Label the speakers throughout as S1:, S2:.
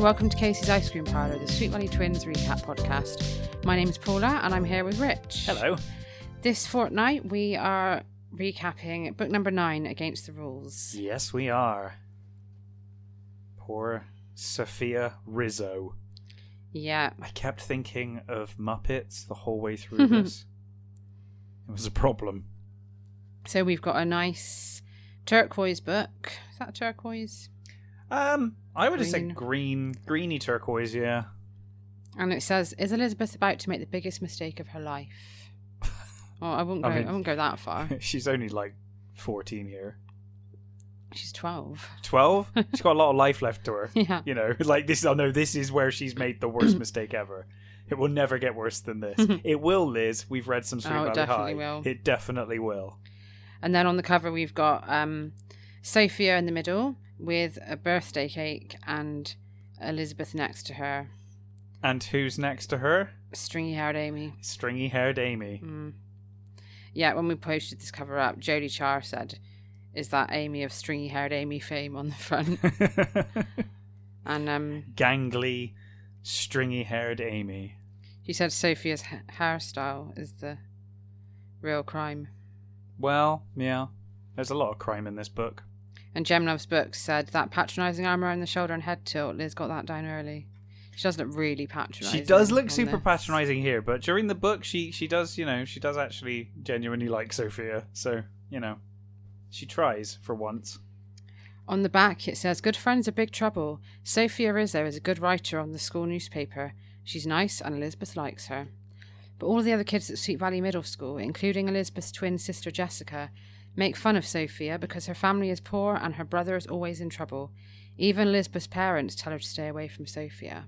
S1: welcome to Casey's Ice Cream Parlour, the Sweet Valley Twins recap podcast. My name is Paula, and I'm here with Rich.
S2: Hello.
S1: This fortnight, we are recapping book number nine, Against the Rules.
S2: Yes, we are. Poor Sophia Rizzo.
S1: Yeah,
S2: I kept thinking of Muppets the whole way through
S1: Mm-hmm.
S2: this. It was a problem.
S1: so we've got a nice turquoise book. Is that turquoise?
S2: Um, I would have said
S1: Green.
S2: green, greeny turquoise. Yeah.
S1: And it says, "Is Elizabeth about to make the biggest mistake of her life?" Oh, I won't go.
S2: I
S1: I,
S2: mean-
S1: won't go that far.
S2: She's only like fourteen here.
S1: She's twelve.
S2: Twelve. She's got a lot of life left to her.
S1: Yeah.
S2: You know, like this. I know this is where she's made the worst mistake ever. It will never get worse than this. it will, Liz. We've read some Sweet
S1: Oh, it
S2: Valley High.
S1: definitely will.
S2: It definitely will.
S1: And then on the cover we've got um, Sophia in the middle with a birthday cake and Elizabeth next to her,
S2: And who's next to her?
S1: stringy-haired Amy.
S2: Stringy haired Amy.
S1: Mm. Yeah, when we posted this cover up, Jodie Char said, "Is that Amy of stringy-haired Amy fame on the front?" and um,
S2: Gangly, stringy haired Amy.
S1: she said Sophia's ha- hairstyle is the real crime.
S2: Well, yeah. There's a lot of crime in this book.
S1: And Gem Loves Books said that patronising arm around the shoulder and head tilt, Liz got that down early. She does look really patronising.
S2: She does
S1: on
S2: look super
S1: this.
S2: patronizing here, but during the book she she does, you know, she does actually genuinely like Sophia. So, you know, she tries for once.
S1: On the back, it says, Good friends are big trouble. Sophia Rizzo is a good writer on the school newspaper. She's nice and Elizabeth likes her. But all the other kids at Sweet Valley Middle School, including Elizabeth's twin sister Jessica, make fun of Sophia because her family is poor and her brother is always in trouble. Even Elizabeth's parents tell her to stay away from Sophia.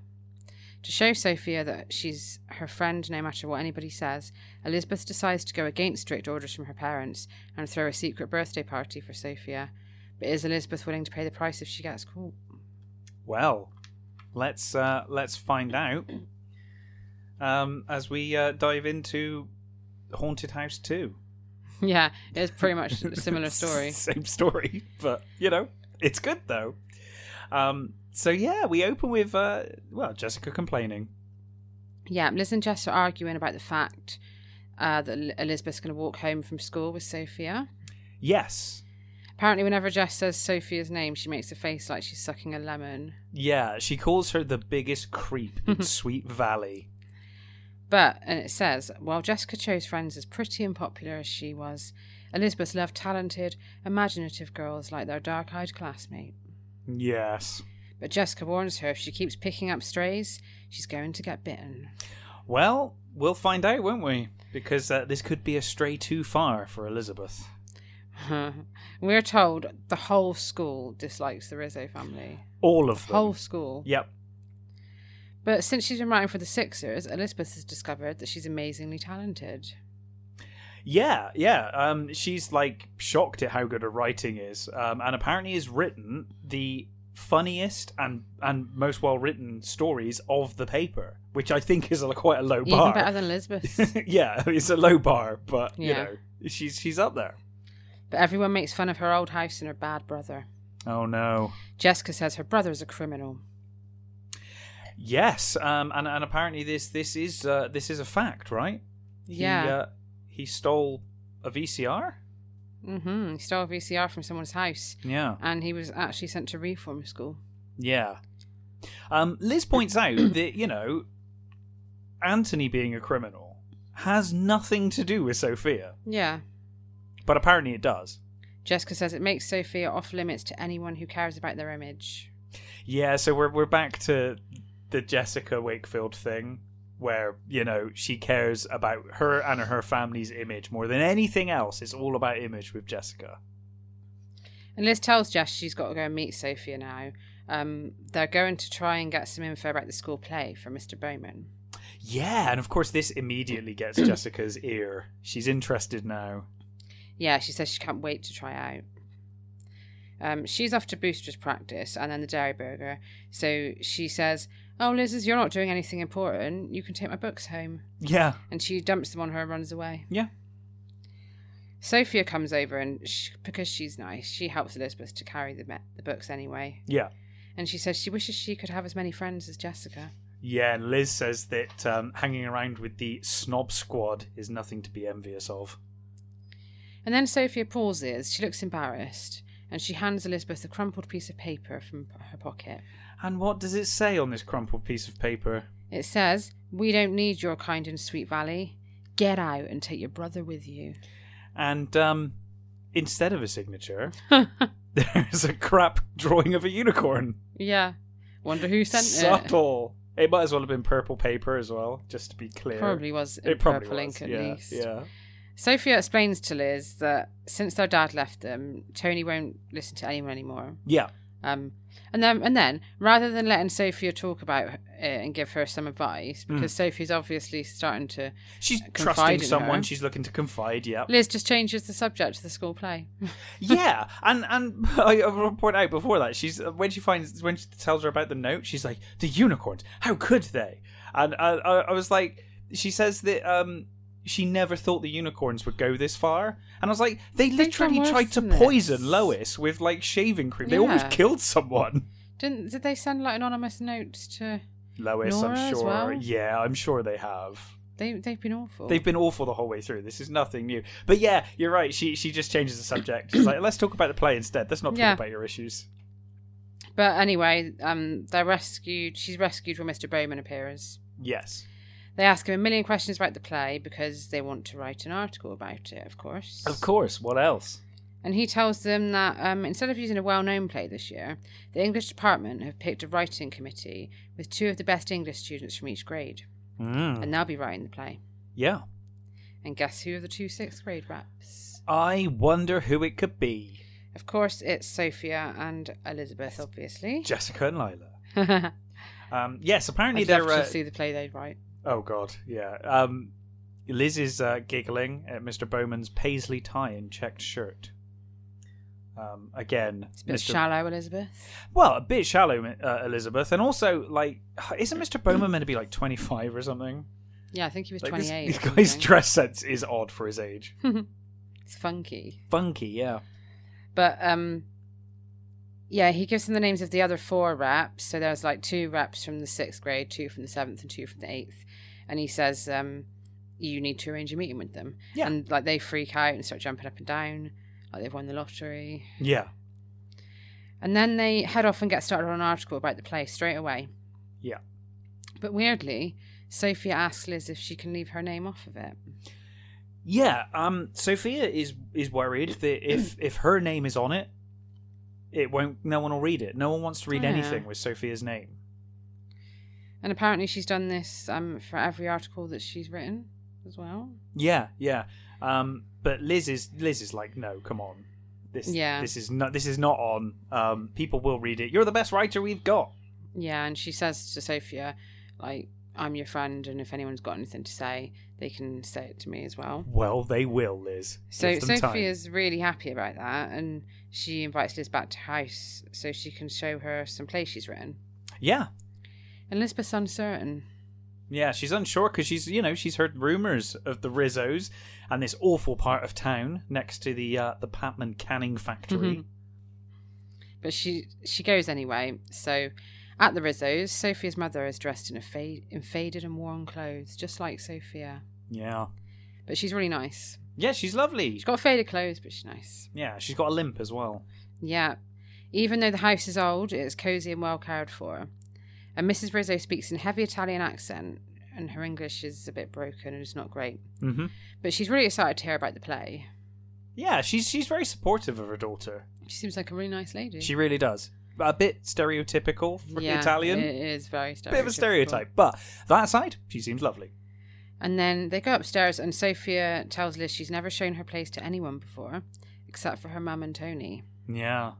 S1: To show Sophia that she's her friend no matter what anybody says, Elizabeth decides to go against strict orders from her parents and throw a secret birthday party for Sophia. But is Elizabeth willing to pay the price if she gets caught?
S2: Well, let's uh, let's find out um, as we uh, dive into Haunted House Two.
S1: Yeah, it's pretty much a similar story.
S2: Same story, but you know, it's good though. Um, so yeah, we open with uh, well Jessica complaining.
S1: Yeah, Liz and Jess are arguing about the fact uh, that El- Elizabeth's going to walk home from school with Sophia.
S2: Yes,
S1: Apparently, whenever Jess says Sophia's name, she makes a face like she's sucking a lemon.
S2: yeah, she calls her the biggest creep in Sweet Valley.
S1: But, and it says, while Jessica chose friends as pretty and popular as she was, Elizabeth loved talented, imaginative girls like their dark eyed classmate.
S2: Yes.
S1: But Jessica warns her if she keeps picking up strays, she's going to get bitten.
S2: Well, we'll find out, won't we? Because uh, this could be a stray too far for Elizabeth.
S1: We're told the whole school dislikes the Rizzo family.
S2: All of them.
S1: Whole school.
S2: Yep.
S1: But since she's been writing for the Sixers, Elizabeth has discovered that she's amazingly talented.
S2: Yeah, yeah. Um, she's like shocked at how good her writing is, um, and apparently has written the funniest and and most well written stories of the paper, which I think is a, quite a low
S1: Even
S2: bar.
S1: better than Elizabeth.
S2: yeah, it's a low bar, but you
S1: Yeah.
S2: know, she's she's up there.
S1: but everyone makes fun of her old house and her bad brother.
S2: Oh no.
S1: Jessica says her brother's a criminal.
S2: Yes, um, and and apparently this this is uh, this is a fact, right? He,
S1: Yeah.
S2: uh, he stole a VCR.
S1: Mm-hmm. He stole a VCR from someone's house,
S2: Yeah.
S1: and he was actually sent to reform school.
S2: Yeah. Um, Liz points out that, you know, Anthony being a criminal has nothing to do with Sophia,
S1: Yeah.
S2: but apparently it does.
S1: Jessica says it makes Sophia off limits to anyone who cares about their image.
S2: Yeah, so we're we're back to the Jessica Wakefield thing where, you know, she cares about her and her family's image more than anything else. It's all about image with Jessica.
S1: And Liz tells Jess she's got to go and meet Sophia now. Um, they're going to try and get some info about the school play from Mr. Bowman.
S2: Yeah, and of course this immediately gets Jessica's ear. She's interested now.
S1: Yeah, she says she can't wait to try out. Um, she's off to Booster's practice and then the Dairy Burger. So she says, Oh, Liz, you're not doing anything important. You can take my books home.
S2: Yeah.
S1: And she dumps them on her and runs away.
S2: Yeah.
S1: Sophia comes over and, sh because she's nice, she helps Elizabeth to carry the, me- the books anyway.
S2: Yeah.
S1: and she says she wishes she could have as many friends as Jessica.
S2: Yeah, and Liz says that um, hanging around with the snob squad is nothing to be envious of.
S1: And then Sophia pauses. She looks embarrassed, and she hands Elizabeth a crumpled piece of paper from p- her pocket.
S2: And what does it say on this crumpled piece of paper?
S1: It says, "We don't need your kind and sweet valley. Get out and take your brother with you."
S2: And um, instead of a signature, there's a crap drawing of a unicorn.
S1: yeah. Wonder who sent it.
S2: Subtle. It might as well have been purple paper as well, just to be clear.
S1: Probably was in
S2: It probably
S1: purple
S2: was,
S1: ink at
S2: yeah,
S1: least.
S2: Yeah.
S1: Sophia explains to Liz that since their dad left them, Tony won't listen to anyone anymore.
S2: Yeah.
S1: Um, and then, and then, rather than letting Sophia talk about it and give her some advice,
S2: Hmm.
S1: because Sophia's obviously starting to,
S2: She's
S1: Confide
S2: trusting
S1: in
S2: someone.
S1: her.
S2: She's looking to confide. Yeah.
S1: Liz just changes the subject to the school play.
S2: yeah. And and I, I will point out before that she's uh, when she finds when she tells her about the note, she's like the unicorns. How could they? And I, I, I was like, she says that um she never thought the unicorns would go this far. And I was like, they
S1: They've
S2: literally
S1: done worse
S2: tried to
S1: than this.
S2: poison Lois with like shaving cream. They almost
S1: Yeah.
S2: killed someone.
S1: Didn't did they send like anonymous notes to?
S2: Lois,
S1: Nora
S2: I'm
S1: as
S2: sure.
S1: well?
S2: Yeah, I'm sure they have.
S1: They they've been awful.
S2: They've been awful the whole way through. This is nothing new. But yeah, you're right. She she just changes the subject. She's like, let's talk about the play instead. Let's not talk
S1: Yeah.
S2: about your issues.
S1: but anyway, um, they're rescued. She's rescued when Mr. Bowman appears.
S2: Yes,
S1: They ask him a million questions about the play because they want to write an article about it, of course.
S2: course. What else?
S1: And he tells them that um, instead of using a well known play this year, the English department have picked a writing committee with two of the best English students from each grade,
S2: Mm.
S1: and they'll be writing the play.
S2: Yeah,
S1: And guess who are the two sixth grade reps?
S2: I wonder who it could be.
S1: Of course, it's Sophia and Elizabeth, obviously.
S2: Jessica and Lila.
S1: I'd
S2: Um, yes, apparently
S1: love
S2: they're.
S1: to
S2: Uh,
S1: see the play they write.
S2: oh God, yeah. Um, Liz is uh, giggling at Mr. Bowman's paisley tie and checked shirt. Um, again,
S1: It's a bit
S2: Mr.
S1: shallow, Elizabeth.
S2: Well, a bit shallow, uh, Elizabeth, and also like, isn't Mr. Bowman meant to be like twenty five or something?
S1: Yeah, I think he was
S2: Like, this-
S1: 28. or
S2: This, guy's
S1: something.
S2: dress sense is odd for his age.
S1: it's funky.
S2: Funky, yeah.
S1: But um yeah, he gives them the names of the other four reps. So there's like two reps from the sixth grade, two from the seventh, and two from the eighth. And he says, um, you need to arrange a meeting with them.
S2: Yeah.
S1: And like they freak out and start jumping up and down, like they've won the lottery.
S2: Yeah,
S1: And then they head off and get started on an article about the play straight away.
S2: yeah.
S1: But weirdly, Sophia asks Liz if she can leave her name off of it.
S2: Yeah, um Sophia is is worried that if if her name is on it, it won't no one will read it. No one wants to read
S1: Oh, Yeah.
S2: anything with Sophia's name.
S1: And apparently she's done this um, for every article that she's written as well.
S2: Yeah, yeah. Um but Liz is Liz is like, "No, come on. This
S1: Yeah.
S2: this is not this is not on. Um people will read it. You're the best writer we've got."
S1: Yeah, and she says to Sophia, like, I'm your friend, and if anyone's got anything to say, they can say it to me as well.
S2: Well, they will, Liz.
S1: So
S2: Give them time.
S1: Sophia's really happy about that, and she invites Liz back to house so she can show her some plays she's written.
S2: Yeah.
S1: And Lisbeth's uncertain.
S2: Yeah, she's unsure because she's, you know, she's heard rumors of the Rizzos and this awful part of town next to the uh, the Patman Canning factory.
S1: Mhm. But she she goes anyway. So at the Rizzo's, Sophia's mother is dressed in a fade in faded and worn clothes, just like Sophia.
S2: Yeah,
S1: But she's really nice.
S2: yeah, she's lovely.
S1: She's got faded clothes, but she's nice.
S2: Yeah, she's got a limp as well.
S1: Yeah. Even though the house is old, it is cosy and well cared for. And Mrs. Rizzo speaks in heavy Italian accent, and her English is a bit broken and it's not great.
S2: Mm-hmm.
S1: But she's really excited to hear about the play.
S2: Yeah, she's she's very supportive of her daughter.
S1: She seems like a really nice lady.
S2: She really does. A bit stereotypical for
S1: Yeah,
S2: Italian.
S1: It is very stereotypical.
S2: Bit of a stereotype, but that aside, she seems lovely.
S1: And then they go upstairs, and Sophia tells Liz she's never shown her plays to anyone before, except for her mum and Tony.
S2: Yeah.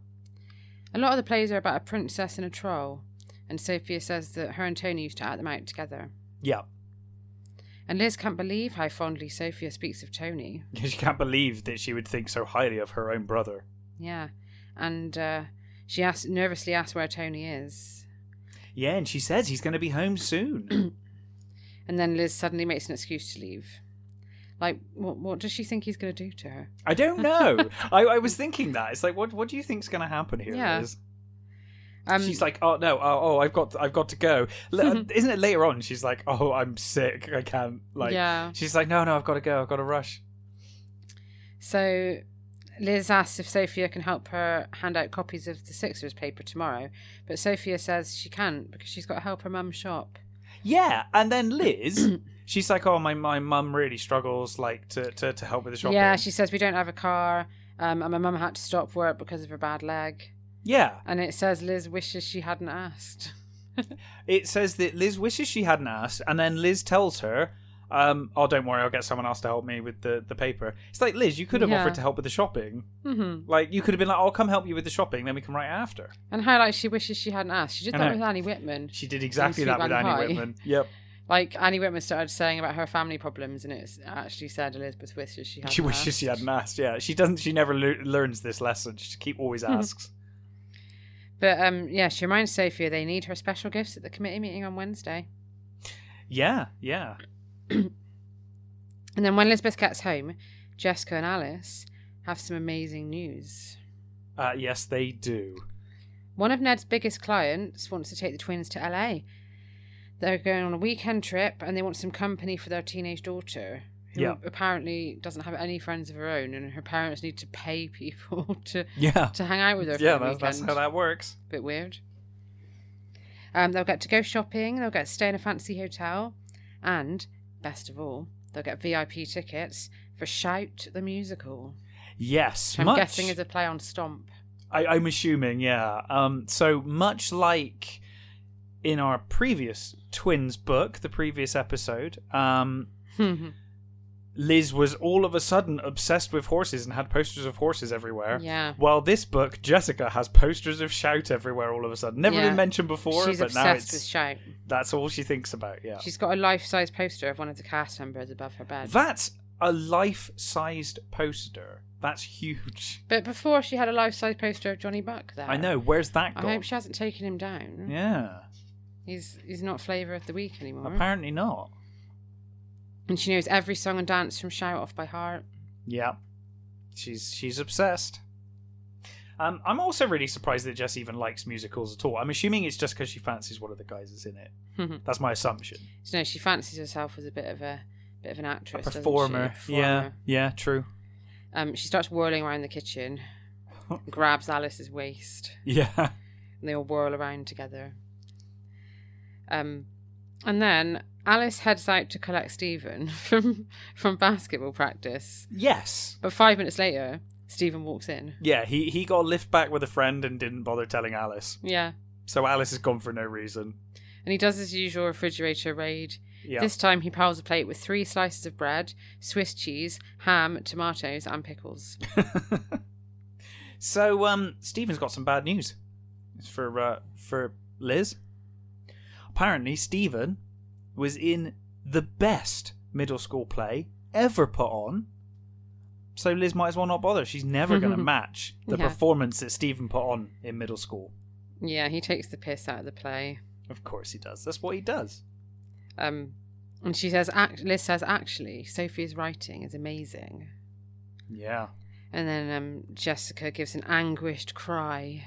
S1: A lot of the plays are about a princess and a troll, and Sophia says that her and Tony used to act them out together.
S2: Yeah.
S1: And Liz can't believe how fondly Sophia speaks of Tony.
S2: She can't believe that she would think so highly of her own brother.
S1: Yeah. And uh, she asks, nervously asks where Tony is.
S2: Yeah, and she says he's going to be home soon.
S1: And then Liz suddenly makes an excuse to leave. Like, what, what does she think he's going to do to her?
S2: I don't know. I, I was thinking that. It's like, what what do you think's going to happen here?
S1: Yeah.
S2: Liz?
S1: Um,
S2: she's like, "Oh no, oh, oh I've got, I've got to go." L- uh, Isn't it later on? She's like, "Oh, I'm sick. I can't." Like,
S1: yeah.
S2: she's like, "No, no, I've got to go. I've got to rush."
S1: So Liz asks if Sophia can help her hand out copies of the Sixers paper tomorrow, but Sophia says she can't because she's got to help her mum shop.
S2: Yeah, and then Liz, she's like, "Oh, my my mum really struggles like to, to to help with the shopping."
S1: Yeah, she says we don't have a car, um, and my mum had to stop work because of her bad leg.
S2: yeah.
S1: And it says Liz wishes she hadn't asked.
S2: It says that Liz wishes she hadn't asked, and then Liz tells her, um, "Oh, don't worry, I'll get someone else to help me with the the paper." It's like Liz, you could have
S1: Yeah.
S2: offered to help with the shopping.
S1: hmm
S2: Like, you could have been like, "I'll come help you with the shopping, then we can write after."
S1: And how like she wishes she hadn't asked. She did
S2: I
S1: that
S2: know.
S1: with Annie Whitman.
S2: She did
S1: Sweet
S2: exactly that with
S1: Valley
S2: Annie
S1: High.
S2: Whitman. Yep.
S1: Like Annie Whitman started saying about her family problems, and it's actually said Elizabeth wishes she hadn't.
S2: She wishes she
S1: asked.
S2: hadn't asked. Yeah, she doesn't. She never lo- learns this lesson. She keep always asks.
S1: But um, yeah, she reminds Sophia they need her special gifts at the committee meeting on Wednesday.
S2: yeah, yeah.
S1: And then when Elizabeth gets home, Jessica and Alice have some amazing news.
S2: Uh, yes, they do.
S1: One of Ned's biggest clients wants to take the twins to LA. They're going on a weekend trip and they want some company for their teenage daughter, who
S2: Yeah.
S1: apparently doesn't have any friends of her own, and her parents need to pay people to,
S2: Yeah,
S1: to hang out with her.
S2: yeah.
S1: for the
S2: That's, that's
S1: weekend.
S2: how that works.
S1: bit weird. Um, they'll get to go shopping, they'll get to stay in a fancy hotel, and best of all, they'll get VIP tickets for Shout the Musical,
S2: Yes,
S1: which I'm
S2: much.
S1: guessing is a play on Stomp.
S2: I, I'm assuming, yeah. Um, so much like in our previous twins book, the previous episode, um, Liz was all of a sudden obsessed with horses and had posters of horses everywhere.
S1: yeah.
S2: While this book, Jessica has posters of Shout everywhere all of a sudden. Never
S1: Yeah.
S2: been mentioned before,
S1: She's
S2: but now
S1: obsessed with
S2: it's
S1: Shout.
S2: that's all she thinks about. Yeah,
S1: She's got a life size poster of one of the cast members above her bed.
S2: that's a life-sized poster. That's huge.
S1: but before she had a life size poster of Johnny Buck there.
S2: I know. Where's that
S1: I
S2: gone?
S1: hope she hasn't taken him down.
S2: yeah,
S1: He's he's not flavour of the week anymore.
S2: apparently not.
S1: and she knows every song and dance from Shout off by heart.
S2: Yeah. She's she's obsessed. Um, I'm also really surprised that Jess even likes musicals at all. I'm assuming it's just because she fancies one of the guys that's in it.
S1: Mm-hmm.
S2: That's my assumption.
S1: So no, she fancies herself as a bit of a bit of an
S2: A
S1: actress, doesn't she?
S2: performer. Yeah,
S1: Performer.
S2: yeah, true.
S1: Um, she starts whirling around the kitchen, grabs Alice's waist,
S2: Yeah.
S1: and they all whirl around together. Um, and then Alice heads out to collect Stephen from from basketball practice.
S2: Yes.
S1: But five minutes later, Stephen walks in.
S2: Yeah, he, he got a lift back with a friend and didn't bother telling Alice.
S1: Yeah,
S2: So Alice is gone for no reason.
S1: and he does his usual refrigerator raid.
S2: Yeah.
S1: This time, he piles a plate with three slices of bread, Swiss cheese, ham, tomatoes, and pickles.
S2: So um, Stephen's got some bad news It's for uh, for Liz. Apparently, Stephen was in the best middle school play ever put on. So Liz might as well not bother. She's never going to match the
S1: Yeah.
S2: performance that Stephen put on in middle school.
S1: Yeah, he takes the piss out of the play.
S2: Of course he does. That's what he does.
S1: Um, and she says, act- Liz says, actually, Sophie's writing is amazing.
S2: Yeah.
S1: And then um, Jessica gives an anguished cry.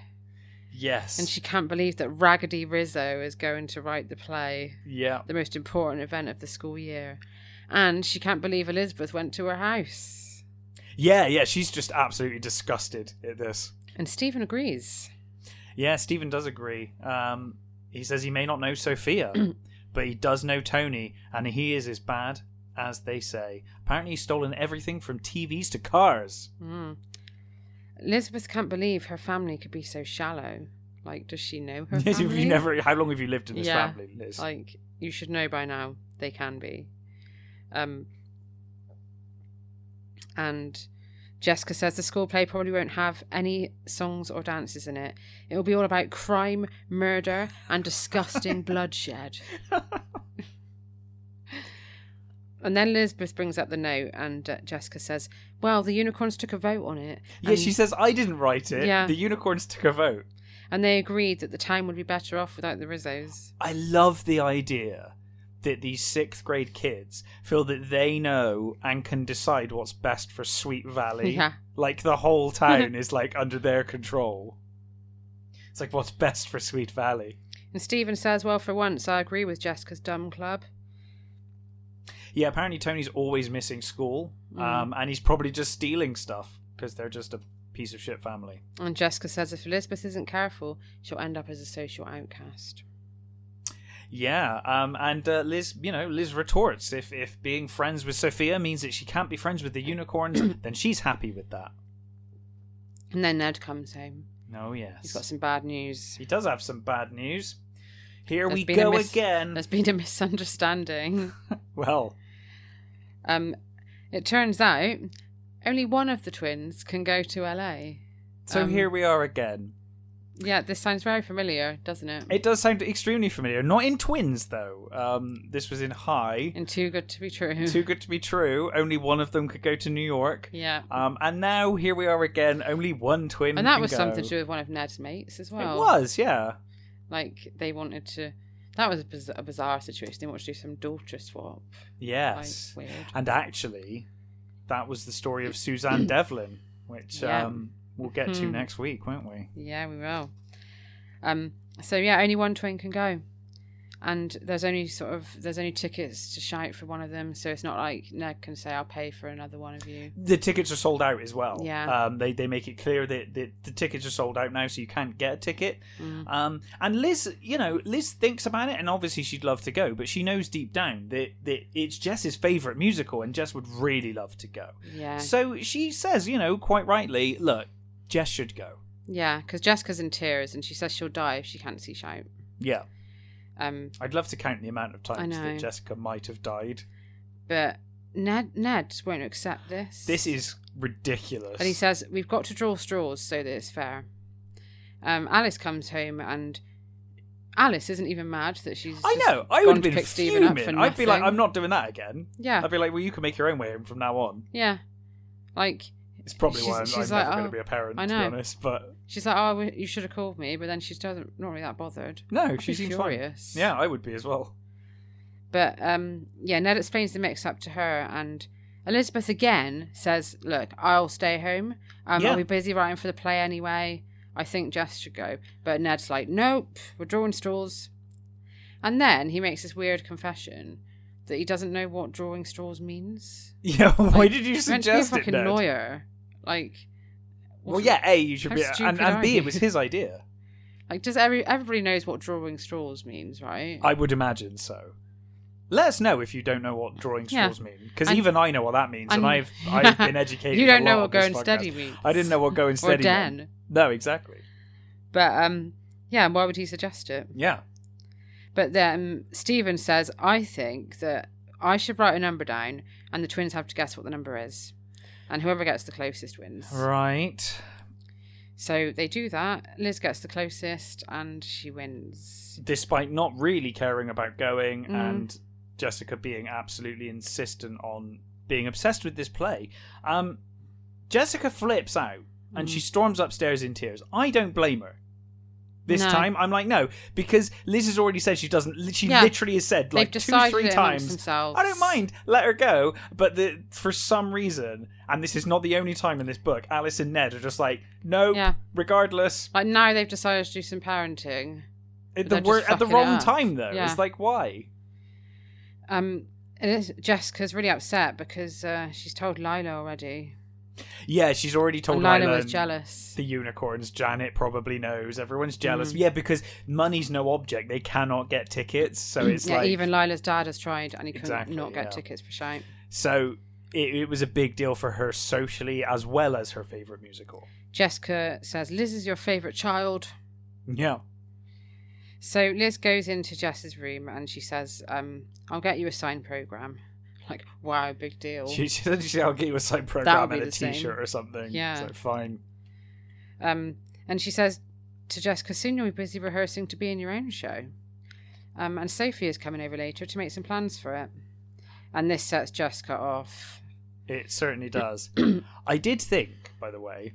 S2: Yes.
S1: And she can't believe that Raggedy Rizzo is going to write the play,
S2: Yeah.
S1: the most important event of the school year. And she can't believe Elizabeth went to her house.
S2: Yeah. Yeah. She's just absolutely disgusted at this.
S1: And Stephen agrees.
S2: Yeah, Stephen does agree. Um, he says he may not know Sophia, but he does know Tony, and he is as bad as they say. Apparently, he's stolen everything from TVs to cars.
S1: Mm. Elizabeth can't believe her family could be so shallow. Like, does she know her
S2: Yes,
S1: family?
S2: if you never, how long have you lived in this
S1: Yeah,
S2: family, Liz?
S1: Like you should know by now, they can be. Um, and Jessica says the school play probably won't have any songs or dances in it. It will be all about crime, murder, and disgusting bloodshed. And then Elizabeth brings up the note, and uh, Jessica says, "Well, the unicorns took a vote on it,
S2: yeah,
S1: and,
S2: she says I didn't write it.
S1: Yeah.
S2: The unicorns took a vote.
S1: and they agreed that the town would be better off without the Rizzos."
S2: I love the idea that these sixth grade kids feel that they know and can decide what's best for Sweet Valley.
S1: Yeah.
S2: Like the whole town is like under their control. It's like what's best for Sweet Valley.
S1: And Stephen says, well, for once, I agree with Jessica's dumb club.
S2: Yeah, apparently Tony's always missing school,
S1: Mm.
S2: um, and he's probably just stealing stuff because they're just a piece of shit family.
S1: And Jessica says, if Elizabeth isn't careful, she'll end up as a social outcast.
S2: Yeah, um, and uh, Liz, you know, Liz retorts if if being friends with Sophia means that she can't be friends with the unicorns, then she's happy with that.
S1: And then Ned comes home.
S2: No, yes,
S1: He's got some bad news.
S2: he does have some bad news. Here we
S1: There's been a
S2: go
S1: mis-
S2: again.
S1: There's been a misunderstanding.
S2: Well,
S1: Um, it turns out only one of the twins can go to LA.
S2: so
S1: Um,
S2: here we are again.
S1: Yeah, this sounds very familiar, doesn't it?
S2: It does sound extremely familiar. Not in Twins though. Um, this was in High.
S1: and too good to be true.
S2: Too good to be true. Only one of them could go to New York.
S1: yeah.
S2: Um, and now here we are again. Only one twin.
S1: and that
S2: can
S1: was
S2: go.
S1: something to do with one of Ned's mates as well.
S2: It was, yeah.
S1: Like, they wanted to. That was a, biz- a bizarre situation. They wanted to do some daughter swap.
S2: Yes.
S1: Like, weird.
S2: and actually, that was the story of Suzanne Devlin, which
S1: Yeah.
S2: um, we'll get to
S1: Hmm.
S2: next week, won't we?
S1: Yeah, we will. Um, so yeah, only one twin can go, and there's only sort of there's only tickets to shout for one of them. So it's not like Ned can say I'll pay for another one of you.
S2: The tickets are sold out as well.
S1: Yeah.
S2: Um, they, they make it clear that, that the tickets are sold out now, so you can't get a ticket.
S1: Mm.
S2: Um, and Liz, you know, Liz thinks about it, and obviously she'd love to go, but she knows deep down that, that it's Jess's favourite musical, and Jess would really love to go.
S1: Yeah,
S2: So she says, you know, quite rightly, look, Jess should go.
S1: yeah, because Jessica's in tears and she says she'll die if she can't see shout.
S2: Yeah.
S1: Um,
S2: I'd love to count the amount of times
S1: know.
S2: that Jessica might have died.
S1: but Ned Ned won't accept this.
S2: This is ridiculous.
S1: And he says, We've got to draw straws so that it's fair. Um, Alice comes home and Alice isn't even mad that she's.
S2: I
S1: just
S2: know. I
S1: gone
S2: would have
S1: to
S2: been
S1: pick Stephen up
S2: fuming.
S1: for
S2: I'd be like,
S1: nothing.
S2: I'm not doing that again.
S1: Yeah.
S2: I'd be like, well, you can make your own way home from now on.
S1: Yeah. Like,
S2: It's probably why I'm,
S1: She's-
S2: I'm
S1: she's
S2: never
S1: like,
S2: going
S1: oh,
S2: to be a parent,
S1: I
S2: to be
S1: know.
S2: honest. But
S1: she's like, oh, well, you should have called me, but then she's doesn't, not really that bothered.
S2: no,
S1: I'd
S2: she
S1: be
S2: seems
S1: furious.
S2: fine. Yeah, I would be as well.
S1: But, um, yeah, Ned explains the mix up to her, and Elizabeth again says, look, I'll stay home. Um,
S2: Yeah.
S1: I'll be busy writing for the play anyway. I think Jess should go. But Ned's like, nope, we're drawing straws. And then he makes this weird confession that he doesn't know what drawing straws means.
S2: Yeah, why
S1: Like,
S2: did you
S1: You're meant to be a
S2: suggest it,
S1: fucking
S2: Ned?
S1: lawyer. Like,
S2: Well, yeah, A, you should
S1: How
S2: be. And,
S1: stupid
S2: and
S1: are
S2: B,
S1: you?
S2: it was his idea.
S1: Like, does every everybody knows what drawing straws means, right?
S2: I would imagine so. Let us know if you don't know what drawing
S1: Yeah.
S2: straws mean, because
S1: And-
S2: even I know what that means, and,
S1: and-
S2: I've I've been educated.
S1: you
S2: a
S1: don't know
S2: lot on
S1: what go
S2: this
S1: and
S2: podcast.
S1: steady means.
S2: I didn't know what go and
S1: or
S2: steady meant.
S1: den,
S2: No, exactly.
S1: but um, yeah. Why would he suggest it?
S2: Yeah,
S1: But then Stephen says, I think that I should write a number down, and the twins have to guess what the number is, and whoever gets the closest wins.
S2: right.
S1: So they do that. Liz gets the closest, and she wins.
S2: despite not really caring about going
S1: Mhm.
S2: and Jessica being absolutely insistent on being obsessed with this play, um, Jessica flips out and
S1: Mhm.
S2: she storms upstairs in tears. I don't blame her. This
S1: No.
S2: time, I'm like, no, because Liz has already said she doesn't. She
S1: Yeah.
S2: literally has said like
S1: They've
S2: two,
S1: decided
S2: three
S1: it amongst
S2: times.
S1: themselves.
S2: I don't mind. Let her go. But the, for some reason, and this is not the only time in this book, Alice and Ned are just like, no,
S1: Yeah.
S2: regardless.
S1: Like now they've decided to do some parenting.
S2: At the,
S1: They're just
S2: wor- at the
S1: fucking
S2: wrong
S1: up.
S2: time, though.
S1: Yeah.
S2: It's like, why?
S1: Um, and it's- Jessica's really upset because uh, she's told Lila already.
S2: Yeah, she's already told
S1: and Lila,
S2: Lila
S1: was
S2: and
S1: jealous. Mm.
S2: The unicorns, Janet probably knows. Everyone's jealous. Yeah, because money's no object. They cannot get tickets, so it's
S1: Mm, yeah,
S2: like
S1: even Lila's dad has tried and he could
S2: Exactly,
S1: not get
S2: yeah.
S1: tickets for Shite.
S2: so. It, it was a big deal for her socially as well as her favorite musical.
S1: Jessica says, Liz is your favourite child.
S2: Yeah,
S1: So Liz goes into Jess's room and she says, um, I'll get you a sign programme. Like, wow, big deal.
S2: she, she said she- I'll get you a side
S1: That'll
S2: program
S1: be
S2: and a
S1: the same.
S2: T-shirt or something.
S1: Yeah.
S2: so fine.
S1: Um, and she says to Jessica, soon you'll be busy rehearsing to be in your own show. Um, and Sophie is coming over later to make some plans for it. And this sets Jessica off.
S2: It certainly does. I did think, by the way,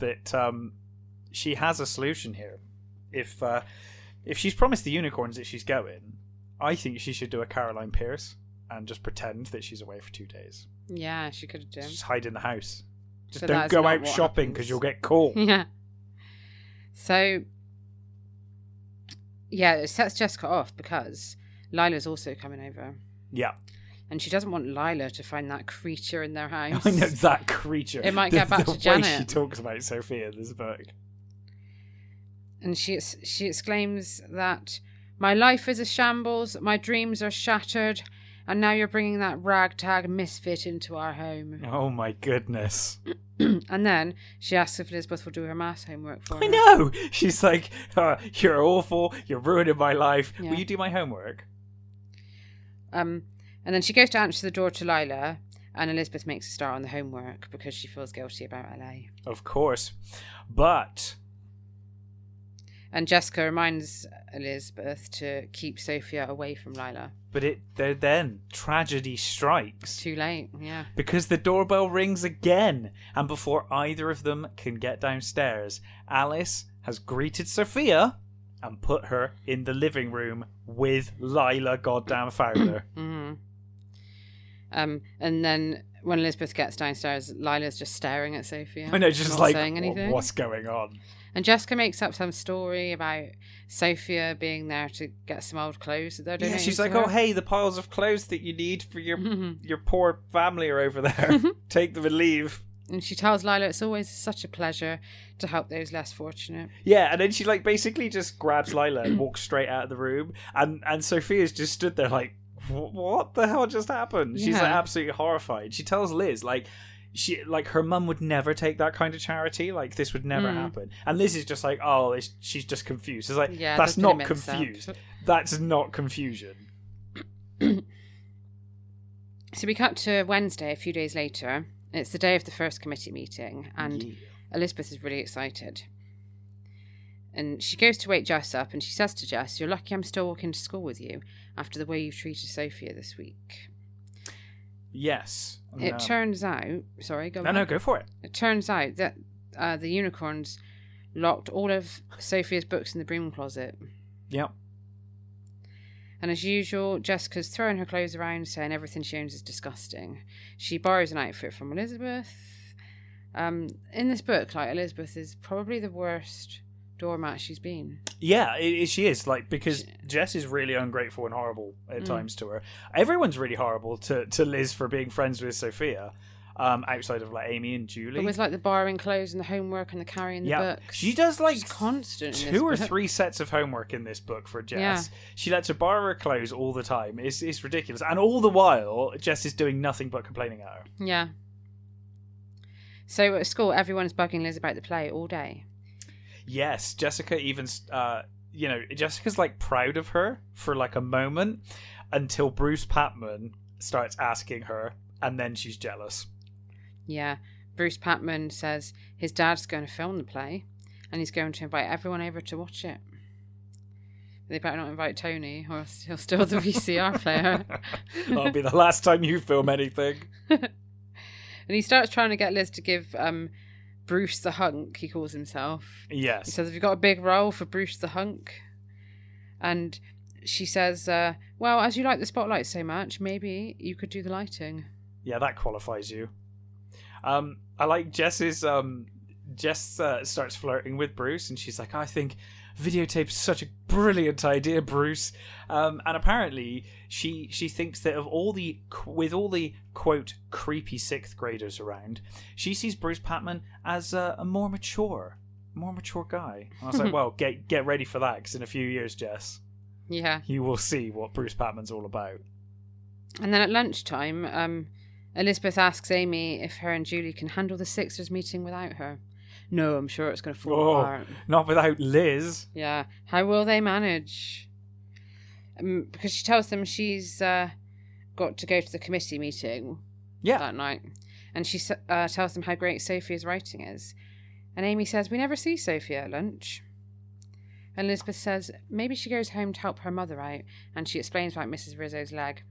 S2: that um, she has a solution here. If uh, if she's promised the unicorns that she's going, I think she should do a Caroline Pierce and just pretend that she's away for two days.
S1: Yeah, she could have done.
S2: Just hide in the house. Just
S1: So that
S2: don't
S1: is
S2: go
S1: not
S2: out
S1: what
S2: shopping
S1: happens.
S2: because you'll get caught.
S1: yeah. So yeah, it sets Jessica off because Lila's also coming over.
S2: Yeah,
S1: And she doesn't want Lila to find that creature in their house.
S2: I know that creature.
S1: It might
S2: the,
S1: get back
S2: the
S1: to
S2: way She
S1: Janet.
S2: talks about Sophia in this book.
S1: and she ex- she exclaims that my life is a shambles, my dreams are shattered, and now you're bringing that ragtag misfit into our home.
S2: Oh my goodness!
S1: and then she asks if Elizabeth will do her maths homework for her.
S2: I know. She's like, uh, "You're awful. You're ruining my life.
S1: Yeah.
S2: Will you do my homework?"
S1: Um, and then she goes to answer the door to Lila, and Elizabeth makes a start on the homework because she feels guilty about LA.
S2: Of course, but
S1: And Jessica reminds Elizabeth to keep Sophia away from Lila.
S2: but it there then tragedy strikes.
S1: It's too late, yeah.
S2: Because the doorbell rings again, and before either of them can get downstairs, Alice has greeted Sophia and put her in the living room with Lila Goddamn Fowler.
S1: hmm Um, and then when Elizabeth gets downstairs, Lila's just staring at Sophia.
S2: I know, just
S1: not
S2: like,
S1: saying
S2: "Wha-
S1: anything.
S2: what's going on?
S1: And Jessica makes up some story about Sophia being there to get some old clothes that they're doing.
S2: Yeah, she's like, oh, hey, the piles of clothes that you need for your your poor family are over there. Take them and leave.
S1: And she tells Lila it's always such a pleasure to help those less fortunate.
S2: Yeah, and then she like basically just grabs Lila and walks straight out of the room, and and Sophia's just stood there like, "Wh- what the hell just happened? She's like
S1: Yeah.
S2: absolutely horrified. She tells Liz like. She like her mum would never take that kind of charity. Like this would never
S1: Mm.
S2: happen. And Liz is just like, oh, it's, she's just confused. It's like
S1: Yeah,
S2: that's
S1: that's really
S2: not
S1: mixed up.
S2: confused. That's not confusion.
S1: So we cut to Wednesday a few days later. It's the day of the first committee meeting, and Elizabeth is really excited. And she goes to wake Jess up and she says to Jess, You're lucky I'm still walking to school with you after the way you've treated Sophia this week.
S2: yes,
S1: It
S2: Oh, No.
S1: turns out, sorry, go
S2: no,
S1: on.
S2: no, go for it.
S1: It turns out that uh, the unicorns locked all of Sophia's books in the broom closet.
S2: Yep.
S1: And as usual, Jessica's throwing her clothes around, saying everything she owns is disgusting. She borrows an outfit from Elizabeth. Um, in this book, like Elizabeth is probably the worst doormat she's been.
S2: Yeah, it, it- she is like because Jess is really ungrateful and horrible at
S1: Mm.
S2: times to her. Everyone's really horrible to, to Liz for being friends with Sophia, um, outside of like Amy and Julie.
S1: But with like the borrowing clothes and the homework and the carrying the
S2: yeah,
S1: books.
S2: she does like
S1: She's constant. in this
S2: two or
S1: book.
S2: three sets of homework in this book for Jess. She lets her borrow her clothes all the time. It's it's ridiculous, and all the while Jess is doing nothing but complaining at her.
S1: Yeah. So at school, everyone's bugging Liz about the play all day.
S2: Yes, Jessica even uh, you know Jessica's like proud of her for like a moment until Bruce Patman starts asking her, and then she's jealous.
S1: Yeah. Bruce Patman says his dad's going to film the play and he's going to invite everyone over to watch it. They better not invite Tony or else he'll steal the VCR player.
S2: That'll be the last time you film anything.
S1: And he starts trying to get Liz to give um, Bruce the hunk, he calls himself. He
S2: Yes.
S1: says, Have you got a big role for Bruce the Hunk? And she says, uh, Well, as you like the spotlight so much, maybe you could do the lighting.
S2: Yeah, that qualifies you. Um, I like Jess's. Um, Jess uh, starts flirting with Bruce, and she's like, "I think videotape's such a brilliant idea, Bruce." Um, and apparently, she she thinks that of all the with all the quote creepy sixth graders around, she sees Bruce Patman as a, a more mature, more mature guy. And I was like, "Well, get get ready for that, because in a few years, Jess,
S1: Yeah.
S2: you will see what Bruce Patman's all about."
S1: And then at lunchtime, um, Elizabeth asks Amy if her and Julie can handle the Sixers meeting without her. No, I'm sure it's going to fall
S2: Oh.
S1: apart.
S2: Not without Liz.
S1: Yeah. How will they manage? Um, because she tells them she's uh, got to go to the committee meeting
S2: Yeah.
S1: that night. And she s- uh, tells them how great Sophia's writing is. And Amy says, We never see Sophia at lunch. And Elizabeth says, Maybe she goes home to help her mother out. And she explains about Mrs. Rizzo's leg.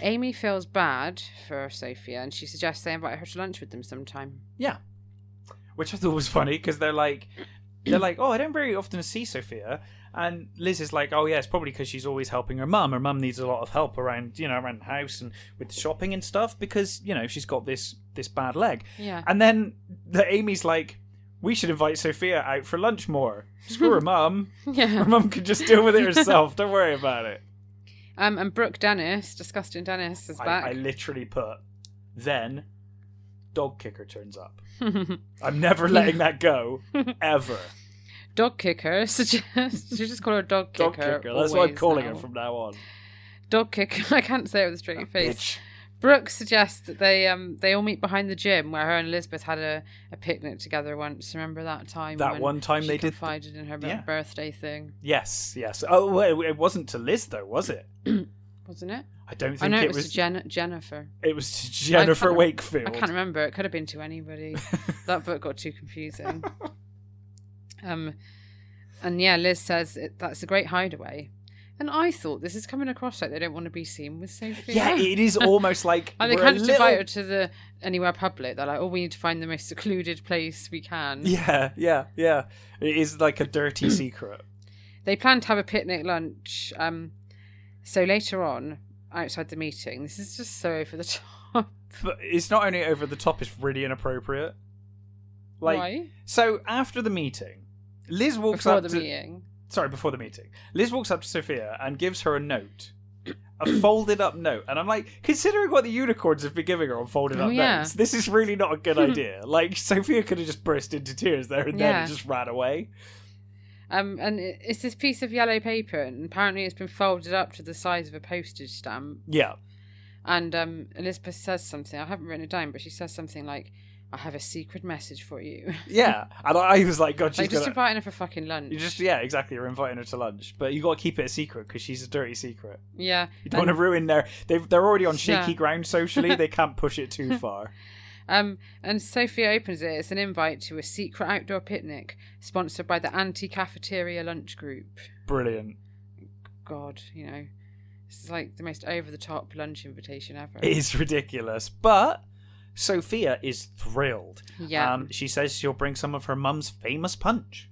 S1: Amy feels bad for Sophia and she suggests they invite her to lunch with them sometime.
S2: Yeah. Which I thought was funny because they're like, they're like, oh, I don't very often see Sophia, and Liz is like, oh yeah, it's probably because she's always helping her mum. Her mum needs a lot of help around, you know, around the house and with shopping and stuff because you know she's got this this bad leg.
S1: Yeah.
S2: And then the Amy's like, We should invite Sophia out for lunch more. Screw her mum. Her
S1: Yeah.
S2: mum can just deal with it herself. Don't worry about it.
S1: Um, and Brooke Dennis, disgusting Dennis, is
S2: I, I
S1: back.
S2: literally put, then dog kicker turns up. I'm never letting that go, ever.
S1: dog kicker suggests you just call her dog kicker.
S2: Dog kicker. That's what I'm
S1: always
S2: calling
S1: now.
S2: her from now on.
S1: Dog kicker. I can't say it with a straight face.
S2: Bitch.
S1: Brooke suggests that they um they all meet behind the gym where her and Elizabeth had a, a picnic together once. Remember that time?
S2: That
S1: when
S2: one time
S1: she
S2: they did.
S1: confided in her bir-
S2: yeah.
S1: birthday thing,
S2: Yes, yes. Oh, wait, it wasn't to Liz though, was it?
S1: wasn't it?
S2: I don't think
S1: I know
S2: it,
S1: it was,
S2: was.
S1: to Jen- Jennifer.
S2: it was to Jennifer
S1: can't-
S2: Wakefield.
S1: I can't remember. It could have been to anybody. that book got too confusing. um, and yeah, Liz says it, that's a great hideaway. And I thought this is coming across like they don't want to be seen with Sophia.
S2: yeah, it is almost like.
S1: And they
S2: we're a
S1: kind of
S2: little-
S1: invite her to the anywhere public. They're like, oh, we need to find the most secluded place we can.
S2: Yeah, yeah, yeah. It is like a dirty secret.
S1: They plan to have a picnic lunch. Um, so later on, outside the meeting, this is just so over the top.
S2: But it's not only over the top, it's really inappropriate. Like,
S1: Why?
S2: so after the meeting, Liz walks
S1: Before
S2: up
S1: the
S2: to.
S1: meeting.
S2: Sorry, before the meeting. Liz walks up to Sophia and gives her a note. A folded up note. And I'm like, considering what the unicorns have been giving her on folded
S1: Oh,
S2: up
S1: yeah.
S2: notes, this is really not a good idea. Like, Sophia could have just burst into tears there and then
S1: Yeah.
S2: and just ran away.
S1: Um, and it- it's this piece of yellow paper, and apparently it's been folded up to the size of a postage stamp.
S2: Yeah.
S1: And um, Elizabeth says something. I haven't written it down, but she says something like, "I have a secret message for you."
S2: Yeah. And I was like, God, she's
S1: like just
S2: gonna.
S1: inviting her for fucking lunch.
S2: You just yeah, exactly. You're inviting her to lunch, but you got to keep it a secret because she's a dirty secret.
S1: yeah.
S2: You don't
S1: And-
S2: want to ruin their. They've, they're already on shaky
S1: Yeah.
S2: ground socially. they can't push it too far.
S1: Um, and Sophia opens it. It's an invite to a secret outdoor picnic sponsored by the anti cafeteria lunch group.
S2: Brilliant.
S1: God, you know, this is like the most over the top lunch invitation ever.
S2: It is ridiculous, but Sophia is thrilled.
S1: Yeah.
S2: Um, she says she'll bring some of her mum's famous punch.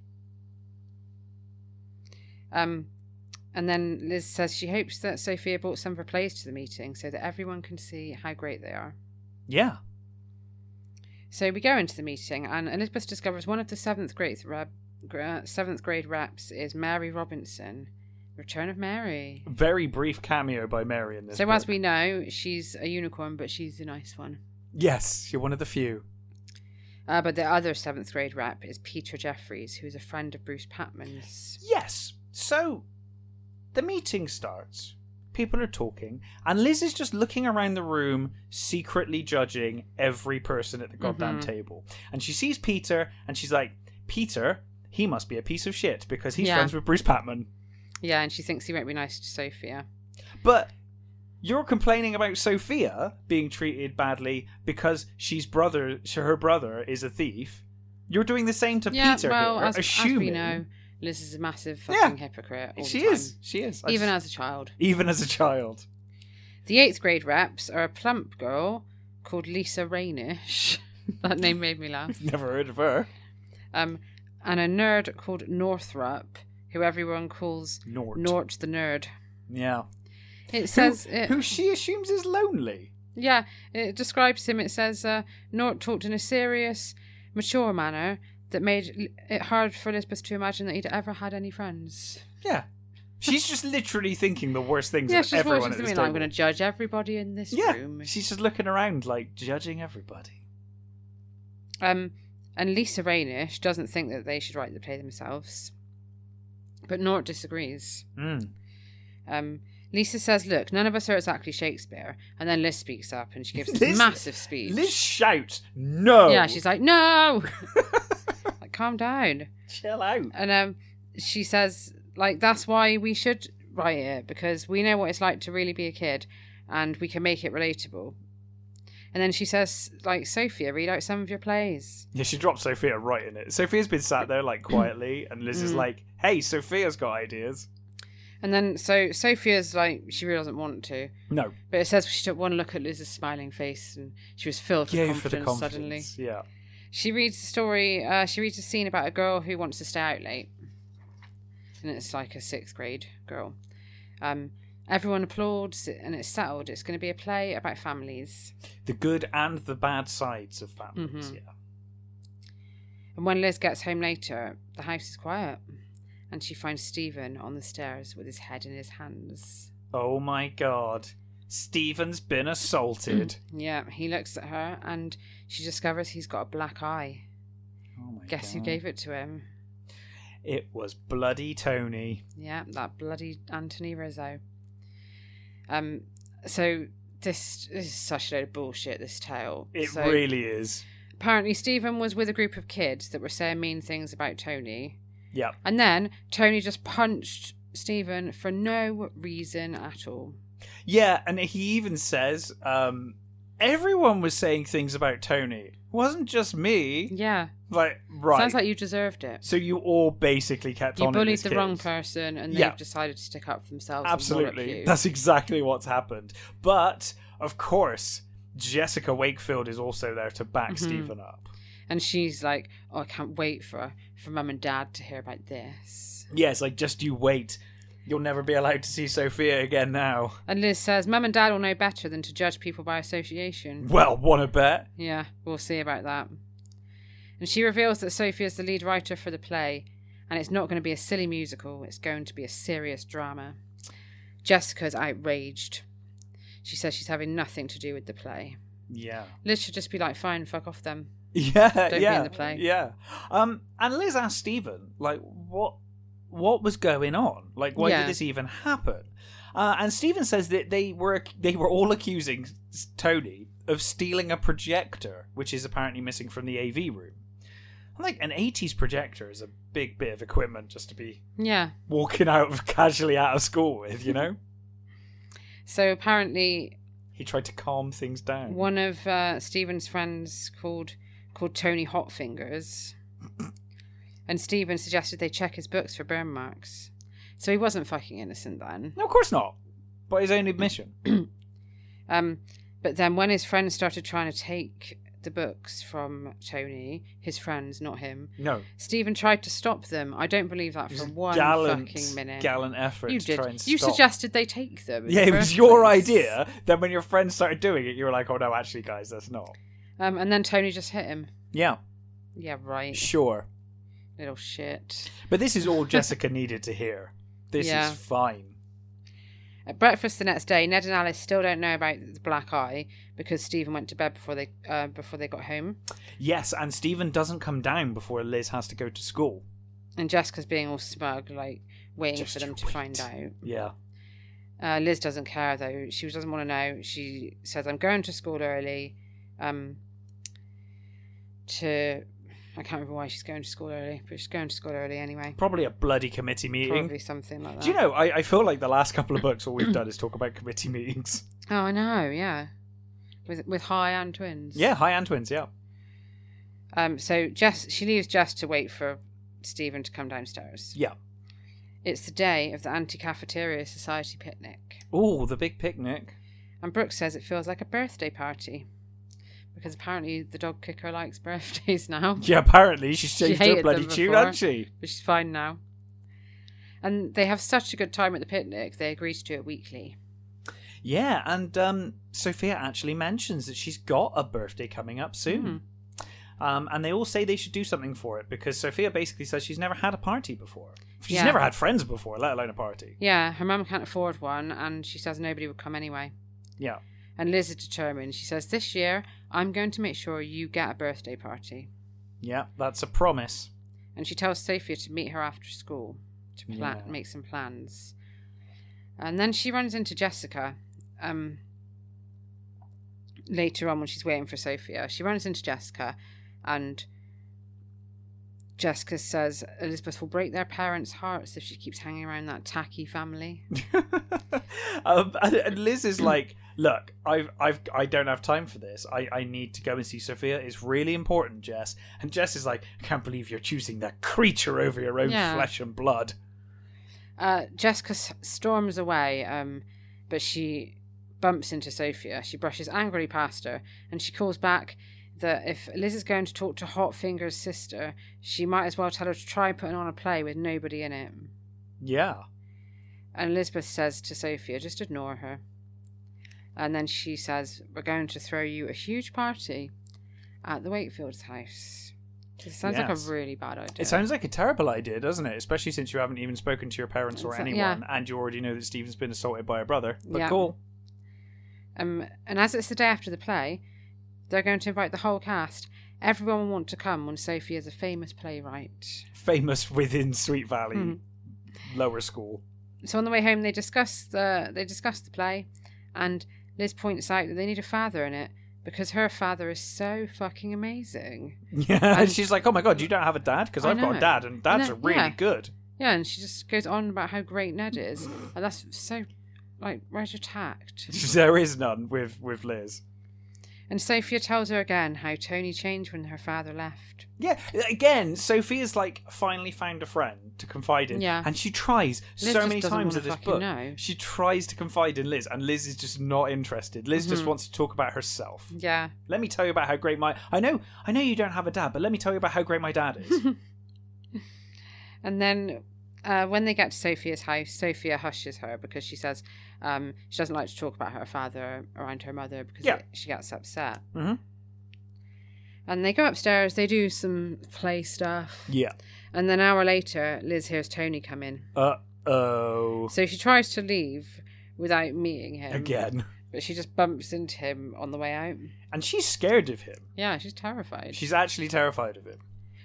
S1: Um, and then Liz says she hopes that Sophia brought some of her plays to the meeting so that everyone can see how great they are.
S2: Yeah.
S1: So we go into the meeting, and Elizabeth discovers one of the seventh grade rap, gra- seventh grade raps is Mary Robinson, Return of Mary.
S2: Very brief cameo by Mary in this.
S1: So as
S2: book.
S1: we know, she's a unicorn, but she's the nice one.
S2: Yes, you're one of the few.
S1: Uh, but the other seventh grade rap is Peter Jeffries, who is a friend of Bruce Patman's.
S2: Yes. So the meeting starts. People are talking, and Liz is just looking around the room, secretly judging every person at the goddamn
S1: Mhm.
S2: table. And she sees Peter, and she's like, Peter, he must be a piece of shit because he's
S1: Yeah.
S2: friends with Bruce Patman.
S1: Yeah, and she thinks he won't be nice to Sophia.
S2: But you're complaining about Sophia being treated badly because she's brother, so her brother is a thief. You're doing the same to
S1: yeah,
S2: Peter
S1: well,
S2: here,
S1: as, as
S2: assuming
S1: we know, Liz is a massive
S2: Yeah.
S1: fucking hypocrite. All
S2: she
S1: the time.
S2: is. She is. I
S1: even
S2: just-
S1: as a child.
S2: even as a child.
S1: The eighth grade raps are a plump girl called Lisa Rainish. that name made me laugh.
S2: Never heard of her.
S1: Um, and a nerd called Northrup, who everyone calls
S2: Nort.
S1: Nort the Nerd.
S2: Yeah.
S1: It says
S2: who,
S1: it,
S2: who she assumes is lonely.
S1: Yeah, it describes him. It says uh, Nort talked in a serious, mature manner that made l- it hard for Elizabeth to imagine that he'd ever had any friends.
S2: Yeah. She's just literally thinking the worst things
S1: yeah,
S2: of
S1: she's just
S2: everyone
S1: watching
S2: at
S1: the
S2: this
S1: meeting. I'm going to
S2: table.
S1: judge everybody in this
S2: yeah.
S1: room.
S2: She's just looking around, like judging everybody.
S1: Um, and Lisa Rainish doesn't think that they should write the play themselves, but Nort disagrees.
S2: Mm.
S1: Um, Lisa says, "Look, none of us are exactly Shakespeare." And then Liz speaks up and she gives this
S2: Liz-
S1: massive speech.
S2: Liz shouts, "No!"
S1: yeah, she's like, "No, like, calm down."
S2: chill out.
S1: And um, she says, like, that's why we should write it because we know what it's like to really be a kid and we can make it relatable. And then she says, like, Sophia, read out some of your plays.
S2: Yeah, she dropped Sophia right in it. Sophia's been sat there like quietly, and Liz is
S1: Mm.
S2: like, "Hey, Sophia's got ideas."
S1: And then, so Sophia's like, she really doesn't want to,
S2: No,
S1: but it says she took one look at Liz's smiling face and she was filled with
S2: gave
S1: confidence,
S2: for the confidence.
S1: suddenly.
S2: Yeah,
S1: She reads the story, uh, she reads a scene about a girl who wants to stay out late. And it's like a sixth grade girl. Um, everyone applauds and it's settled. It's going to be a play about families. Mm-hmm.
S2: the good and the bad sides of families.
S1: Mhm.
S2: Yeah,
S1: And when Liz gets home later, the house is quiet, and she finds Stephen on the stairs with his head in his hands.
S2: Oh my god. Stephen's been assaulted.
S1: Yeah, he looks at her, and she discovers he's got a black eye.
S2: oh my
S1: Guess who
S2: God.
S1: gave it to him?
S2: It was bloody Tony.
S1: Yeah, that bloody Anthony Rizzo. Um, so this, this is such a load of bullshit. This tale.
S2: It
S1: So
S2: really is.
S1: Apparently, Stephen was with a group of kids that were saying mean things about Tony,
S2: Yep.
S1: and then Tony just punched Stephen for no reason at all.
S2: Yeah, and he even says, um, everyone was saying things about Tony. It wasn't just me.
S1: Yeah,
S2: Like, right.
S1: Mm. sounds like you deserved it.
S2: so you all basically kept
S1: You
S2: on. at
S1: bullied
S2: this
S1: the
S2: kid.
S1: wrong person, and
S2: Yeah.
S1: they've decided to stick up for themselves. and
S2: Absolutely.
S1: wallop you.
S2: That's exactly what's happened. But, of course, Jessica Wakefield is also there to back
S1: Mhm.
S2: Stephen up.
S1: And she's like, "Oh, I can't wait for for mum and dad to hear about this."
S2: Yes, like, just you wait. You'll never be allowed to see Sophia again now.
S1: And Liz says, Mum and Dad will know better than to judge people by association.
S2: Well, wanna bet?
S1: Yeah, we'll see about that. And she reveals that Sophie is the lead writer for the play, and it's not going to be a silly musical, it's going to be a serious drama. Jessica's outraged. She says she's having nothing to do with the play.
S2: Yeah.
S1: Liz should just be like, fine, fuck off them.
S2: Yeah,
S1: be in
S2: yeah,
S1: the play.
S2: Yeah, um, and Liz asked Stephen, like, what, what was going on? Like, why
S1: Yeah.
S2: did this even happen? Uh, and Stephen says that they were they were all accusing S- Tony of stealing a projector, which is apparently missing from the AV room. And, Like an '80s projector is a big bit of equipment just to be
S1: Yeah.
S2: walking out of casually out of school with, you know.
S1: So apparently,
S2: he tried to calm things down.
S1: one of uh, Stephen's friends called called Tony Hotfingers, and Stephen suggested they check his books for burn marks. So he wasn't fucking innocent then.
S2: No, of course not. By his own admission.
S1: Um, but then when his friends started trying to take the books from Tony, his friends, not him,
S2: No,
S1: Stephen tried to stop them. I don't believe that
S2: It
S1: for
S2: was
S1: one
S2: gallant,
S1: fucking minute.
S2: gallant effort
S1: you
S2: to
S1: did.
S2: try and
S1: you
S2: stop.
S1: suggested they take them. in
S2: yeah,
S1: the
S2: it was
S1: first
S2: your
S1: place.
S2: idea. Then when your friends started doing it, you were like, "Oh no, actually, guys, that's not."
S1: Um, and then Tony just hit him.
S2: Yeah,
S1: Yeah, right.
S2: sure.
S1: Little shit.
S2: But this is all Jessica needed to hear. This
S1: Yeah.
S2: is fine.
S1: At breakfast the next day, Ned and Alice still don't know about the black eye because Stephen went to bed before they uh, before they got home,
S2: Yes, and Stephen doesn't come down before Liz has to go to school.
S1: and Jessica's being all smug, like waiting
S2: Just
S1: for them
S2: you
S1: to find out.
S2: Yeah,
S1: Uh, Liz doesn't care though; she doesn't want to know. She says, "I'm going to school early." Um, to I can't remember why she's going to school early, but she's going to school early anyway.
S2: probably a bloody committee meeting.
S1: Probably something like that.
S2: Do you know? I, I feel like the last couple of books, all we've done is talk about committee meetings.
S1: Oh, I know. Yeah, with with high and twins.
S2: Yeah, hi Antwins. Yeah,
S1: Um, so Jess, she leaves Jess to wait for Stephen to come downstairs.
S2: yeah.
S1: It's the day of the anti cafeteria society picnic,
S2: Oh, the big picnic.
S1: and Brooke says it feels like a birthday party because apparently the dog kicker likes birthdays now,
S2: Yeah, apparently she's
S1: She
S2: changed her
S1: hated
S2: bloody
S1: them
S2: tune,
S1: before.
S2: hasn't she?
S1: which is fine now. And they have such a good time at the picnic, they agree to do it weekly.
S2: Yeah, and um, Sophia actually mentions that she's got a birthday coming up soon.
S1: Mm-hmm.
S2: Um, and they all say they should do something for it because Sophia basically says she's never had a party before. She's
S1: Yeah.
S2: never had friends before, let alone a party.
S1: Yeah, her mum can't afford one, and she says nobody would come anyway.
S2: Yeah.
S1: And Liz is determined. She says, This year, I'm going to make sure you get a birthday party.
S2: Yeah, that's a promise.
S1: and she tells Sophia to meet her after school to plan,
S2: Yeah.
S1: make some plans. And then she runs into Jessica. Um, later on, when she's waiting for Sophia, she runs into Jessica, and Jessica says Elizabeth will break their parents' hearts if she keeps hanging around that tacky family.
S2: um, and- and Liz is like, "Look, I've, I've, I don't have time for this. I, I need to go and see Sophia. It's really important, Jess." And Jess is like, "I can't believe you're choosing that creature over your own
S1: Yeah.
S2: flesh and blood."
S1: Uh, Jessica s- storms away, um, but she bumps into Sophia. She brushes angrily past her, and she calls back that if Liz is going to talk to Hotfinger's sister, she might as well tell her to try putting on a play with nobody in it.
S2: Yeah.
S1: And Elizabeth says to Sophia, just ignore her. And then she says, We're going to throw you a huge party at the Wakefield's house. It sounds like
S2: Yes.
S1: a really bad idea.
S2: It sounds like a terrible idea, doesn't it? Especially since you haven't even spoken to your parents or
S1: Exa-
S2: anyone,
S1: uh, yeah.
S2: and you already know that Stephen's been assaulted by a brother. But
S1: Yeah.
S2: cool.
S1: Um, and as it's the day after the play, they're going to invite the whole cast. Everyone will want to come when Sophie is a famous playwright.
S2: Famous within Sweet Valley
S1: Hmm.
S2: lower school.
S1: So on the way home, they discuss the they discuss the play, and Liz points out that they need a father in it because her father is so fucking amazing.
S2: Yeah.
S1: And-
S2: And she's like, "Oh my god, you don't have a dad? Because
S1: I
S2: I've got
S1: know.
S2: a dad, and dads
S1: then-
S2: are really
S1: yeah.
S2: good."
S1: Yeah, and she just goes on about how great Ned is, and that's so like where's your tact?
S2: There is none with with Liz.
S1: And Sophia tells her again how Tony changed when her father left.
S2: Yeah, again, Sophia's like finally found a friend to confide in.
S1: Yeah.
S2: And she tries
S1: Liz
S2: so
S1: just
S2: many
S1: doesn't
S2: times
S1: wanna
S2: in this
S1: fucking
S2: book.
S1: know.
S2: She tries to confide in Liz, and Liz is just not interested. Liz just
S1: Mhm.
S2: wants to talk about herself.
S1: Yeah,
S2: Let me tell you about how great my I know I know you don't have a dad, but let me tell you about how great my dad is.
S1: And then uh, when they get to Sophia's house, Sophia hushes her because she says um, she doesn't like to talk about her father around her mother because
S2: Yeah.
S1: it- she gets upset.
S2: Mhm.
S1: And they go upstairs, they do some play stuff.
S2: yeah.
S1: And then an hour later, Liz hears Tony come in.
S2: Uh oh.
S1: So she tries to leave without meeting him.
S2: Again.
S1: But she just bumps into him on the way out.
S2: And she's scared of him.
S1: Yeah, she's terrified.
S2: She's actually terrified of him.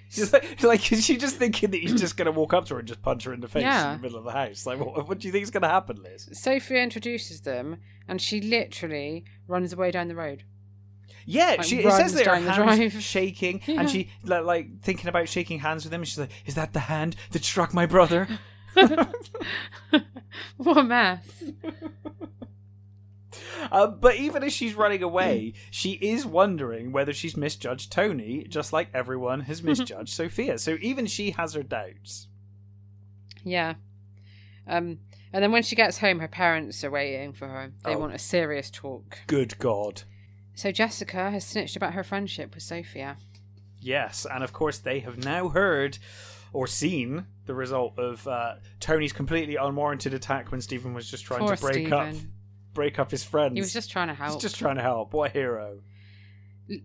S2: She's like, like is she just thinking that he's just going to walk up to her and just punch her in the face
S1: Yeah.
S2: in the middle of the house? Like, what, what do you think is going to happen, Liz?
S1: Sophia introduces them and she literally runs away down the road.
S2: Yeah,
S1: Like,
S2: she it says
S1: runs
S2: that her
S1: down the
S2: hands
S1: drive.
S2: shaking,
S1: Yeah.
S2: and she like, like thinking about shaking hands with him. And she's like, "Is that the hand that struck my brother?"
S1: what a mess.
S2: Uh, but even as she's running away, she is wondering whether she's misjudged Tony, just like everyone
S1: Mm-hmm.
S2: has misjudged Sophia. So even she has her doubts.
S1: Yeah. Um, and then when she gets home, her parents are waiting for her. They
S2: Oh.
S1: want a serious talk.
S2: Good God.
S1: So Jessica has snitched about her friendship with Sophia.
S2: Yes, and of course they have now heard or seen the result of uh, Tony's completely unwarranted attack when Stephen was just trying
S1: Poor
S2: to break
S1: Stephen.
S2: up break up his friends.
S1: He was just trying to
S2: He's
S1: help.
S2: just trying to help. What a hero.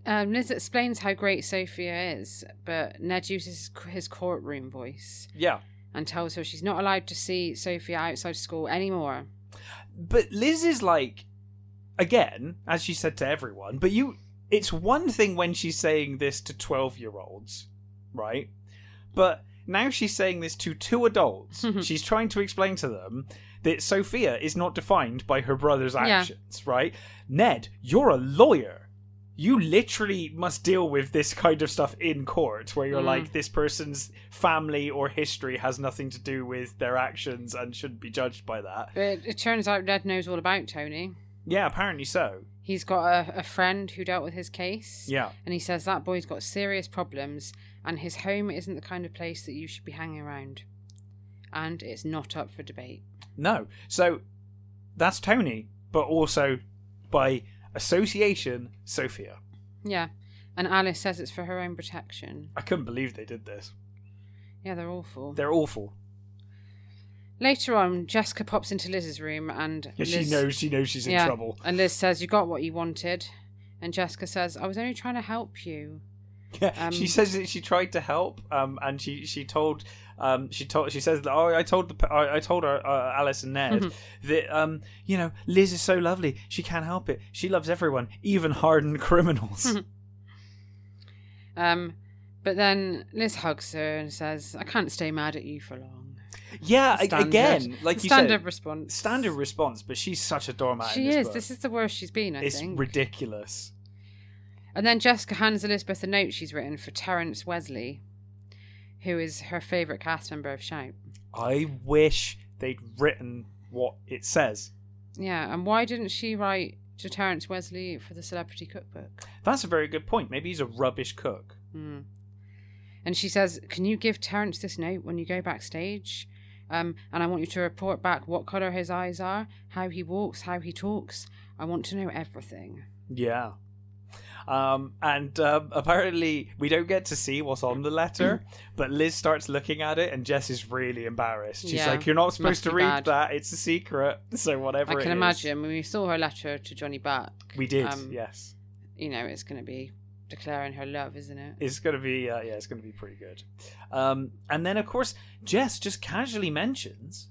S1: Um, Liz explains how great Sophia is, but Ned uses his courtroom voice
S2: Yeah.
S1: and tells her she's not allowed to see Sophia outside school anymore.
S2: But Liz is like, again, as she said to everyone, but you, it's one thing when she's saying this to 12 year olds, right? But now she's saying this to two adults.
S1: Mm-hmm.
S2: she's trying to explain to them that Sophia is not defined by her brother's
S1: Yeah.
S2: actions, right? Ned, you're a lawyer. You literally must deal with this kind of stuff in court where you're
S1: Mm.
S2: like, this person's family or history has nothing to do with their actions and shouldn't be judged by that.
S1: But it, it turns out Ned knows all about Tony.
S2: Yeah, apparently so.
S1: He's got a, a friend who dealt with his case.
S2: Yeah.
S1: And he says that boy's got serious problems, and his home isn't the kind of place that you should be hanging around. And it's not up for debate.
S2: No. So that's Tony, but also by association, Sophia.
S1: Yeah. And Alice says it's for her own protection.
S2: I couldn't believe they did this.
S1: Yeah, they're awful.
S2: They're awful.
S1: Later on, Jessica pops into Liz's room and.
S2: Yeah,
S1: Liz-
S2: she knows she knows she's in
S1: Yeah,
S2: trouble.
S1: And Liz says, You got what you wanted. And Jessica says, I was only trying to help you.
S2: Yeah.
S1: Um,
S2: she says that she tried to help, um, and she she told um, she told she says that oh I told the p- I, I told her uh, Alice and Ned
S1: Mm-hmm.
S2: that um, you know Liz is so lovely she can't help it she loves everyone even hardened criminals
S1: Um, but then Liz hugs her and says, I can't stay mad at you for long.
S2: yeah a-
S1: Standard-
S2: again like you
S1: standard
S2: said
S1: response.
S2: standard response but she's such a doormat
S1: She
S2: in this
S1: is.
S2: book.
S1: This is the worst she's been, I
S2: it's
S1: think.
S2: ridiculous
S1: And then Jessica hands Elizabeth a note she's written for Terence Wesley, who is her favourite cast member of Shout.
S2: I wish they'd written what it says.
S1: Yeah, and why didn't she write to Terence Wesley for the celebrity cookbook?
S2: That's a very good point. Maybe he's a rubbish cook.
S1: Hmm. And she says, Can you give Terence this note when you go backstage? Um, and I want you to report back what colour his eyes are, how he walks, how he talks. I want to know everything.
S2: Yeah. Um, and um, apparently, we don't get to see what's on the letter, but Liz starts looking at it, and Jess is really embarrassed. She's
S1: Yeah,
S2: like, "You're not supposed
S1: must
S2: to
S1: be
S2: read
S1: bad."
S2: that. It's a secret." So whatever.
S1: I
S2: it
S1: can
S2: is,
S1: imagine when we saw her letter to Johnny Buck.
S2: We did.
S1: um,
S2: yes.
S1: You know, it's going to be declaring her love, isn't it?
S2: It's gonna be uh, yeah, it's gonna be pretty good. Um, and then of course Jess just casually mentions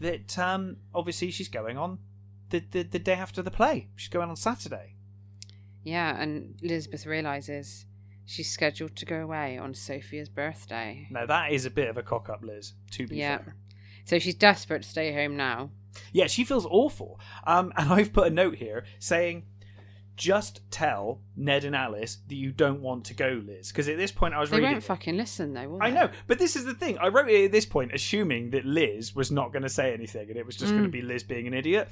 S2: that um, obviously she's going on the, the the day after the play. She's going on Saturday.
S1: Yeah, and Elizabeth realizes she's scheduled to go away on Sophia's birthday.
S2: Now that is a bit of a cock up, Liz. Mm, To be
S1: Yeah.
S2: fair,
S1: So she's desperate to stay home now.
S2: yeah, she feels awful. Um, and I've put a note here saying. Just tell Ned and Alice that you don't want to go, Liz. Because at this point, I was
S1: They
S2: reading.
S1: won't fucking listen though, will they?
S2: I know, but this is the thing. I wrote it at this point, assuming that Liz was not going to say anything, and it was just going to
S1: Mm.
S2: be Liz being an idiot.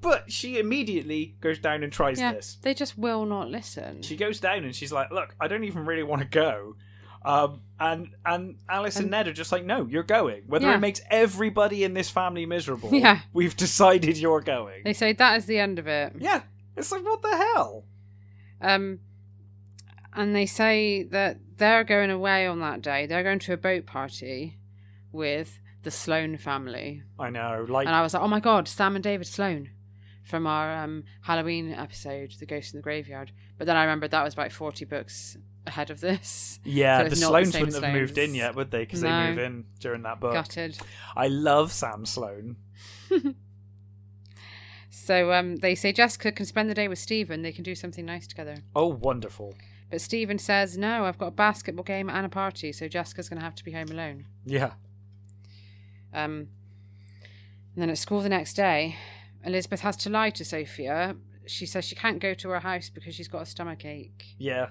S2: But she immediately goes down and tries
S1: Yeah,
S2: this.
S1: they just will not listen.
S2: She goes down and she's like, "Look, I don't even really want to go." Um, and and Alice and,
S1: And-
S2: Ned are just like, "No, you're going. Whether
S1: Yeah.
S2: it makes everybody in this family miserable,
S1: Yeah.
S2: we've decided you're going."
S1: They say that is the end of it.
S2: yeah, it's like what the hell?
S1: Um, and they say that they're going away on that day. They're going to a boat party with the Sloan family.
S2: I know, like,
S1: And I was like, oh my God, Sam and David Sloan from our um, Halloween episode, The Ghost in the Graveyard. But then I remembered that was about 40 books ahead of this.
S2: yeah,
S1: so
S2: the
S1: it's not the
S2: Sloans
S1: same
S2: wouldn't have moved in
S1: Sloanes.
S2: yet, would they? Because they
S1: No.
S2: move in during that book.
S1: Gutted.
S2: I love Sam Sloan.
S1: So um, they say Jessica can spend the day with Stephen. They can do something nice together.
S2: Oh, wonderful.
S1: But Stephen says, no, I've got a basketball game and a party, so Jessica's going to have to be home alone.
S2: Yeah.
S1: Um, and then at school the next day, Elizabeth has to lie to Sophia. She says she can't go to her house because she's got a stomach ache.
S2: Yeah.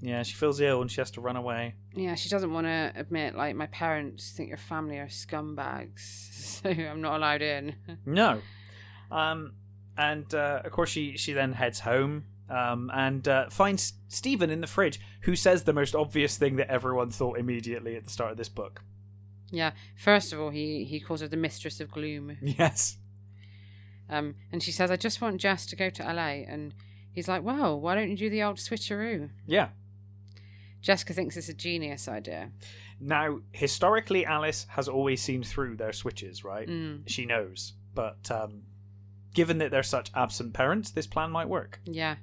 S2: Yeah, she feels ill and she has to run away.
S1: Yeah, she doesn't want to admit, like, my parents think your family are scumbags, so I'm not allowed in.
S2: No. Um, and uh, of course, she, she then heads home um, and uh, finds Stephen in the fridge, who says the most obvious thing that everyone thought immediately at the start of this book.
S1: yeah, first of all, he, he calls her the mistress of gloom.
S2: Yes.
S1: Um, and she says, I just want Jess to go to LA. And he's like, well, why don't you do the old switcheroo?
S2: Yeah.
S1: Jessica thinks it's a genius idea.
S2: Now, historically, Alice has always seen through their switches, right?
S1: Mm,
S2: She knows. But um, given that they're such absent parents, this plan might work.
S1: yeah.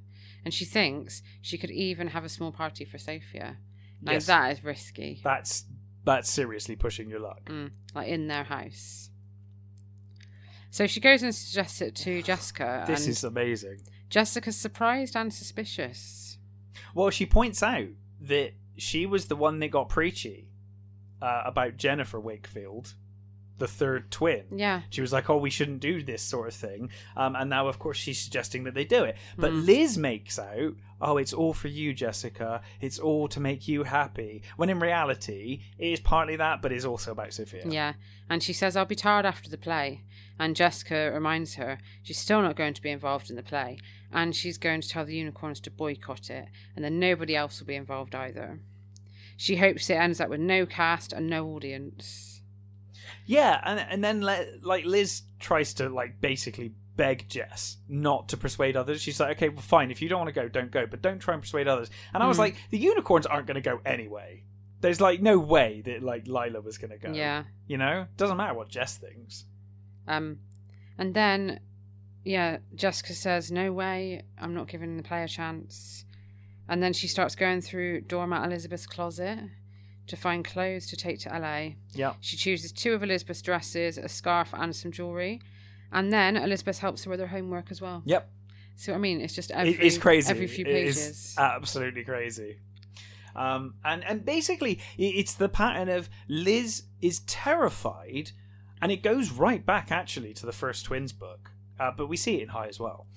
S1: And she thinks she could even have a small party for Sophia. Now
S2: Yes.
S1: that is risky.
S2: That's, that's seriously pushing your luck.
S1: Mm, like in their house. So she goes and suggests it to Jessica.
S2: This
S1: and
S2: is amazing.
S1: Jessica's surprised and suspicious.
S2: Well, she points out that she was the one that got preachy uh, about Jennifer Wakefield, the third twin.
S1: Yeah.
S2: She was like, "Oh, we shouldn't do this sort of thing," um, and now, of course, she's suggesting that they do it. But
S1: Mm.
S2: Liz makes out, "Oh, it's all for you, Jessica. It's all to make you happy." When in reality, it is partly that, but it's also about Sophia.
S1: Yeah. And she says, I'll be tired after the play. And Jessica reminds her she's still not going to be involved in the play. And she's going to tell the unicorns to boycott it. And then nobody else will be involved either. She hopes it ends up with no cast and no audience.
S2: Yeah, and and then le- like Liz tries to like basically beg Jess not to persuade others. She's like, okay, well, fine. If you don't want to go, don't go, but don't try and persuade others. And I was
S1: Mm.
S2: like, the unicorns aren't going to go anyway. There's like no way that like Lila was going to go.
S1: Yeah.
S2: you know, doesn't matter what Jess thinks.
S1: Um, and then, yeah, Jessica says, "No way, I'm not giving the play a chance." And then she starts going through doormat Elizabeth's closet to find clothes to take to LA.
S2: Yeah,
S1: She chooses two of Elizabeth's dresses, a scarf, and some jewelry. And then Elizabeth helps her with her homework as well.
S2: yep.
S1: So I mean, it's just every
S2: It- it's crazy.
S1: every few
S2: It
S1: pages.
S2: is absolutely crazy. Um, and and basically, i- it's the pattern of Liz is terrified, and it goes right back actually to the first twins book, uh, but we see it in High as well.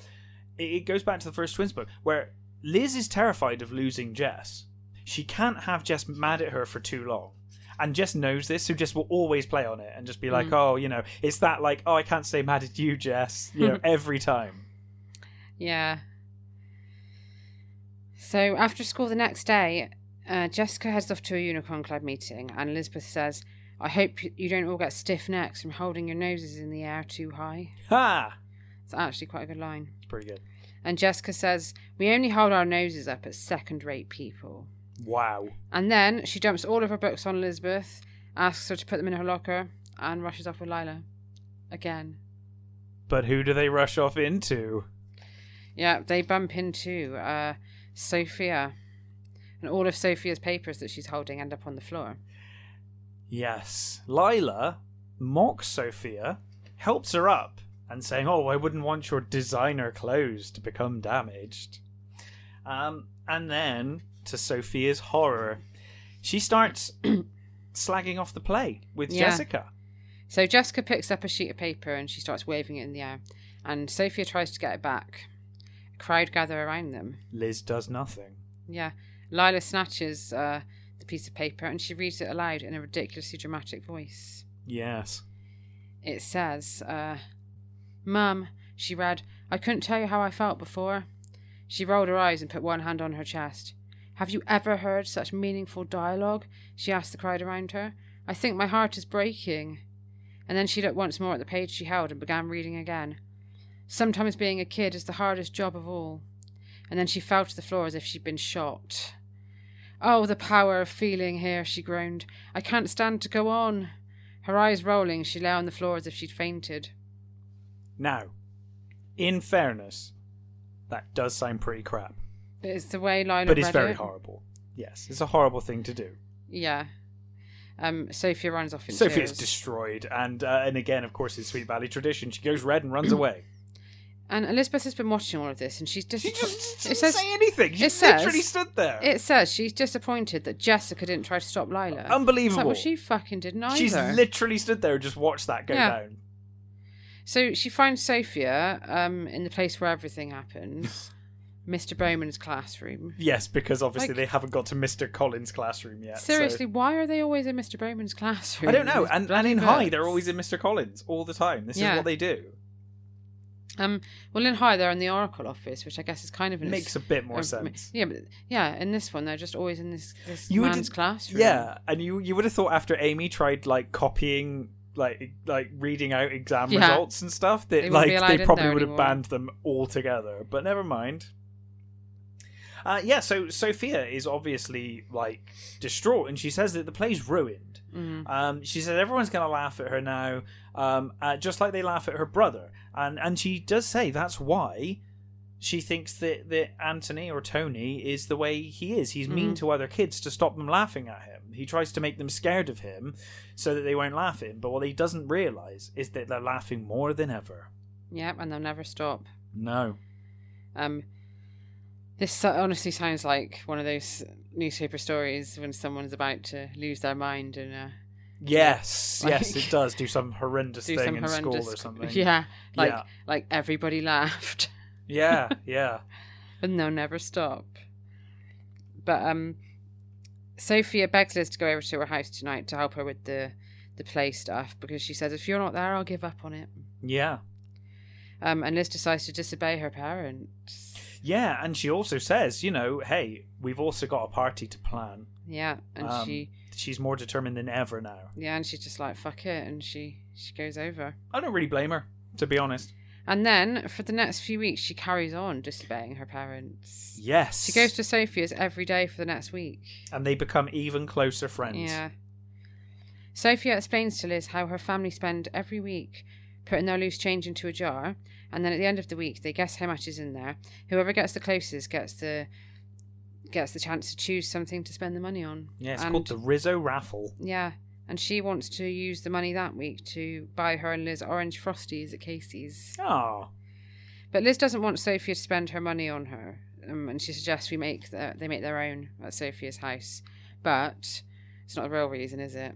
S2: It, it goes back to the first twins book where Liz is terrified of losing Jess. She can't have Jess mad at her for too long. And Jess knows this, so Jess will always play on it and just be like,
S1: Mm.
S2: "Oh, you know, it's that like, oh, I can't stay mad at you, Jess." You know, every time.
S1: Yeah. So after school the next day, uh, Jessica heads off to a unicorn club meeting, and Elizabeth says, "I hope you- you don't all get stiff necks from holding your noses in the air too high."
S2: Ha!
S1: It's actually quite a good line.
S2: It's pretty good.
S1: And Jessica says, "We only hold our noses up at second-rate people."
S2: Wow.
S1: And then she dumps all of her books on Elizabeth, asks her to put them in her locker, and rushes off with Lila. Again.
S2: But who do they rush off into?
S1: Yeah, they bump into uh, Sophia. and all of Sophia's papers that she's holding end up on the floor.
S2: Yes. Lila mocks Sophia, helps her up, and saying, Oh, I wouldn't want your designer clothes to become damaged. Um, and then, to Sophia's horror, she starts slagging off the play with
S1: Yeah.
S2: Jessica.
S1: So Jessica picks up a sheet of paper and she starts waving it in the air, and Sophia tries to get it back. A crowd gather around them.
S2: Liz does nothing.
S1: Yeah. Lila snatches uh, the piece of paper and she reads it aloud in a ridiculously dramatic voice.
S2: Yes.
S1: It says, uh, Mum, she read, I couldn't tell you how I felt before. She rolled her eyes and put one hand on her chest. Have you ever heard such meaningful dialogue? She asked the crowd around her. I think my heart is breaking. And then she looked once more at the page she held and began reading again. Sometimes being a kid is the hardest job of all. And then she fell to the floor as if she'd been shot. Oh, the power of feeling here, she groaned. I can't stand to go on. Her eyes rolling, she lay on the floor as if she'd fainted.
S2: Now, in fairness, that does sound pretty crap,
S1: But it's the way Lila
S2: but it's
S1: read
S2: very
S1: it.
S2: horrible. Yes, it's a horrible thing to do.
S1: Yeah. Um, Sophia runs off in
S2: Sophia's
S1: tears.
S2: destroyed, and uh, and again, of course, it's Sweet Valley tradition. She goes red and
S1: Mm.
S2: runs away.
S1: and Elizabeth has been watching all of this, and she's
S2: She
S1: disappointed.
S2: just didn't
S1: it says
S2: say anything. She
S1: it says-
S2: literally stood there.
S1: it says she's disappointed that Jessica didn't try to stop Lila. It's like,
S2: Unbelievable.
S1: well, she fucking didn't either.
S2: She's literally stood there and just watched that go
S1: Yeah.
S2: down.
S1: So she finds Sophia um, in the place where everything happens, Mr. Bowman's classroom.
S2: Yes, because obviously
S1: Like-
S2: they haven't got to Mr. Collins' classroom yet. so-
S1: Seriously, why are they always in Mr. Bowman's classroom?
S2: I don't know.
S1: These
S2: And, and
S1: bloody
S2: in High,
S1: books.
S2: they're always in Mr. Collins all the time. This
S1: Yeah.
S2: is what they do.
S1: Um, well, in High, they're in the Oracle office, which I guess is kind of an
S2: Makes a bit more
S1: Uh,
S2: sense.
S1: Yeah, but yeah, in this one they're just always in this this
S2: You would
S1: man's
S2: have-
S1: classroom.
S2: Yeah, and you you would have thought after Amy tried like copying, like like reading out exam
S1: Yeah.
S2: results and stuff, that
S1: They wouldn't be
S2: like
S1: allowed in
S2: they
S1: there
S2: probably would have
S1: anymore.
S2: banned them altogether. But never mind. Uh, yeah, so Sophia is obviously like distraught, and she says that the play's ruined.
S1: Mm.
S2: Um, she said everyone's going to laugh at her now, um, uh, just like they laugh at her brother. And and she does say that's why she thinks that, that Anthony or Tony is the way he is. He's mean
S1: Mhm.
S2: to other kids to stop them laughing at him. He tries to make them scared of him so that they won't laugh at him. But what he doesn't realize is that they're laughing more than ever.
S1: Yep, and they'll never stop.
S2: No.
S1: Um, this so- honestly sounds like one of those newspaper stories when someone's about to lose their mind and uh,
S2: Yes,
S1: Like-
S2: yes, it does do some horrendous
S1: do
S2: thing
S1: some
S2: in
S1: horrendous.
S2: school or something.
S1: Yeah, like
S2: Yeah.
S1: like everybody laughed,
S2: yeah, yeah.
S1: and they'll never stop. But um, Sophia begs Liz to go over to her house tonight to help her with the the play stuff because she says if you're not there, I'll give up on it.
S2: yeah.
S1: Um, and Liz decides to disobey her parents.
S2: Yeah, and she also says, you know, hey, we've also got a party to plan.
S1: Yeah, and
S2: Um,
S1: she
S2: She's more determined than ever now.
S1: yeah, and she's just like fuck it, and she she goes over.
S2: I don't really blame her, to be honest.
S1: And then for the next few weeks, she carries on disobeying her parents.
S2: Yes.
S1: She goes to Sophia's every day for the next week.
S2: and they become even closer friends.
S1: Yeah. Sophia explains to Liz how her family spend every week putting their loose change into a jar, and then at the end of the week they guess how much is in there. Whoever gets the closest gets the gets the chance to choose something to spend the money on.
S2: Yeah, it's
S1: And-
S2: called the Rizzo Raffle.
S1: Yeah, and she wants to use the money that week to buy her and Liz orange frosties at Casey's.
S2: Oh.
S1: But Liz doesn't want Sophia to spend her money on her, um, and she suggests we make the, they make their own at Sophia's house. But it's not a real reason, is it?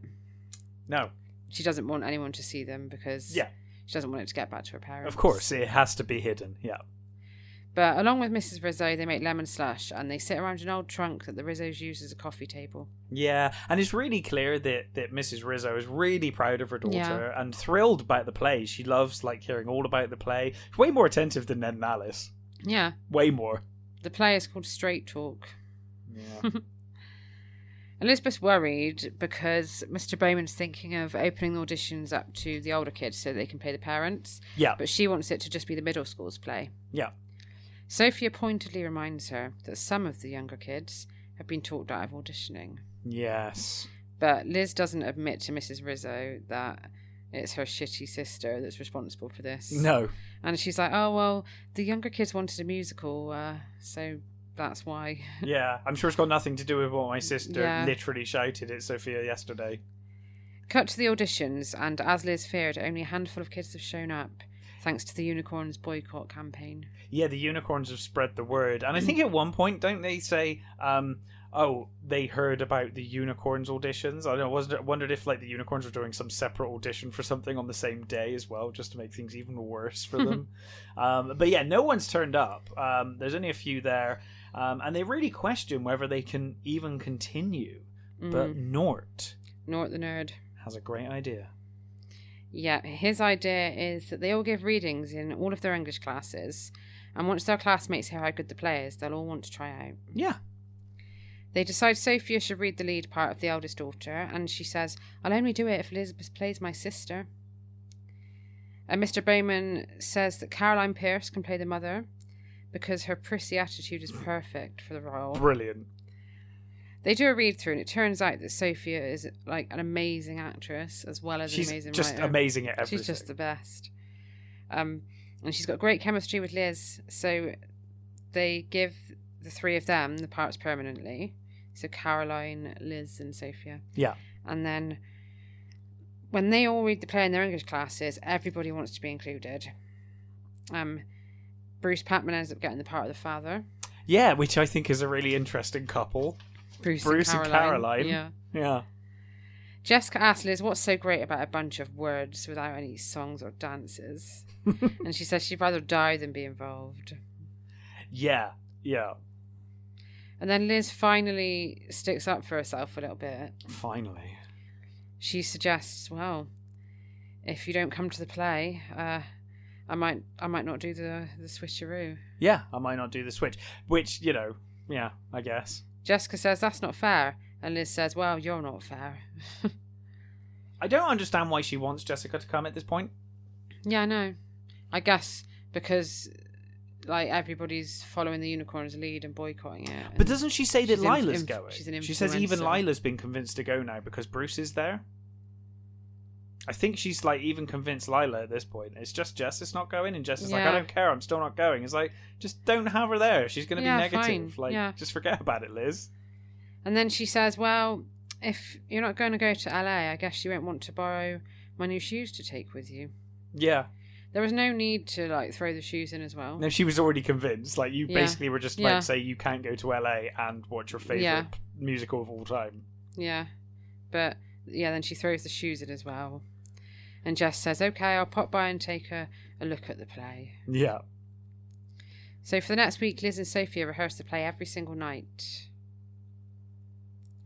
S2: No.
S1: She doesn't want anyone to see them because
S2: Yeah.
S1: she doesn't want it to get back to her parents.
S2: Of course, it has to be hidden. Yeah.
S1: But along with Mrs. Rizzo, they make lemon slush and they sit around an old trunk that the Rizzos use as a coffee table.
S2: Yeah, and it's really clear that, that Mrs. Rizzo is really proud of her daughter
S1: Yeah.
S2: and thrilled about the play. She loves like hearing all about the play. She's way more attentive than Ned and Alice.
S1: Yeah,
S2: Way more.
S1: the play is called Straight Talk.
S2: Yeah.
S1: Elizabeth's worried because Mr. Bowman's thinking of opening the auditions up to the older kids so they can play the parents,
S2: yeah.
S1: but she wants it to just be the middle school's play.
S2: Yeah.
S1: Sophia pointedly reminds her that some of the younger kids have been talked out of auditioning,
S2: Yes.
S1: but Liz doesn't admit to Mrs. Rizzo that it's her shitty sister that's responsible for this.
S2: No.
S1: And she's like, oh, well, the younger kids wanted a musical, uh, so That's why.
S2: Yeah, I'm sure it's got nothing to do with what my sister
S1: Yeah.
S2: literally shouted at Sophia yesterday.
S1: Cut to the auditions, and as Liz feared, only a handful of kids have shown up, thanks to the Unicorns boycott campaign.
S2: Yeah, the unicorns have spread the word, and I think at one point, don't they say, um, "Oh, they heard about the unicorns auditions." I don't know, wasn't it- wondered if like the unicorns were doing some separate audition for something on the same day as well, just to make things even worse for them. um, but yeah, no one's turned up. Um, there's only a few there, um, and they really question whether they can even continue.
S1: Mm.
S2: But Nort
S1: Nort the nerd.
S2: has a great idea.
S1: Yeah, his idea is that they all give readings in all of their English classes, and once their classmates hear how good the play is, they'll all want to try out.
S2: Yeah,
S1: They decide Sophia should read the lead part of The Eldest Daughter, and she says, I'll only do it if Elizabeth plays my sister. And Mr. Bowman says that Caroline Pierce can play the mother because her prissy attitude is perfect for the role.
S2: brilliant.
S1: They do a read through, and it turns out that Sophia is like an amazing actress as well as
S2: She's
S1: an amazing
S2: just
S1: writer.
S2: amazing at everything.
S1: She's just the best. Um, and she's got great chemistry with Liz. So they give the three of them the parts permanently. So Caroline, Liz, and Sophia.
S2: Yeah.
S1: And then when they all read the play in their English classes, everybody wants to be included. Um, Bruce Patman ends up getting the part of the father.
S2: Yeah, which I think is a really interesting couple.
S1: Bruce,
S2: Bruce and
S1: and Caroline.
S2: Caroline.
S1: Yeah.
S2: Yeah.
S1: Jessica asks Liz what's so great about a bunch of words without any songs or dances. and she says she'd rather die than be involved.
S2: Yeah. Yeah.
S1: And then Liz finally sticks up for herself a little bit.
S2: Finally.
S1: She suggests, well, if you don't come to the play, uh, I might I might not do the, the switcheroo.
S2: Yeah, I might not do the switch. Which, you know, yeah, I guess.
S1: Jessica says that's not fair. And Liz says, well, you're not fair.
S2: I don't understand why she wants Jessica to come at this point.
S1: Yeah, I know. I guess because like everybody's following the unicorn's lead and boycotting it.
S2: But doesn't she say that
S1: She's an
S2: Lila's
S1: inf-
S2: going?
S1: she's an
S2: she says even
S1: influencer.
S2: Lila's been convinced to go now because Bruce is there. I think she's like even convinced Lila at this point. It's just Jess that's not going, and Jess is like, I
S1: Yeah.
S2: don't care, I'm still not going. It's like, just don't have her there. She's gonna
S1: Yeah,
S2: be negative.
S1: fine.
S2: Like,
S1: Yeah.
S2: just forget about it, Liz.
S1: And then she says, Well, if you're not going to go to LA, I guess you won't want to borrow my new shoes to take with you.
S2: Yeah.
S1: There was no need to like throw the shoes in as well.
S2: No, she was already convinced. Like you
S1: Yeah.
S2: basically were just about
S1: Yeah.
S2: to say you can't go to LA and watch your favorite
S1: Yeah.
S2: musical of all time.
S1: Yeah. But yeah, then she throws the shoes in as well. And Jess says, Okay, I'll pop by and take a, a look at the play.
S2: Yeah,
S1: So for the next week, Liz and Sophia rehearse the play every single night.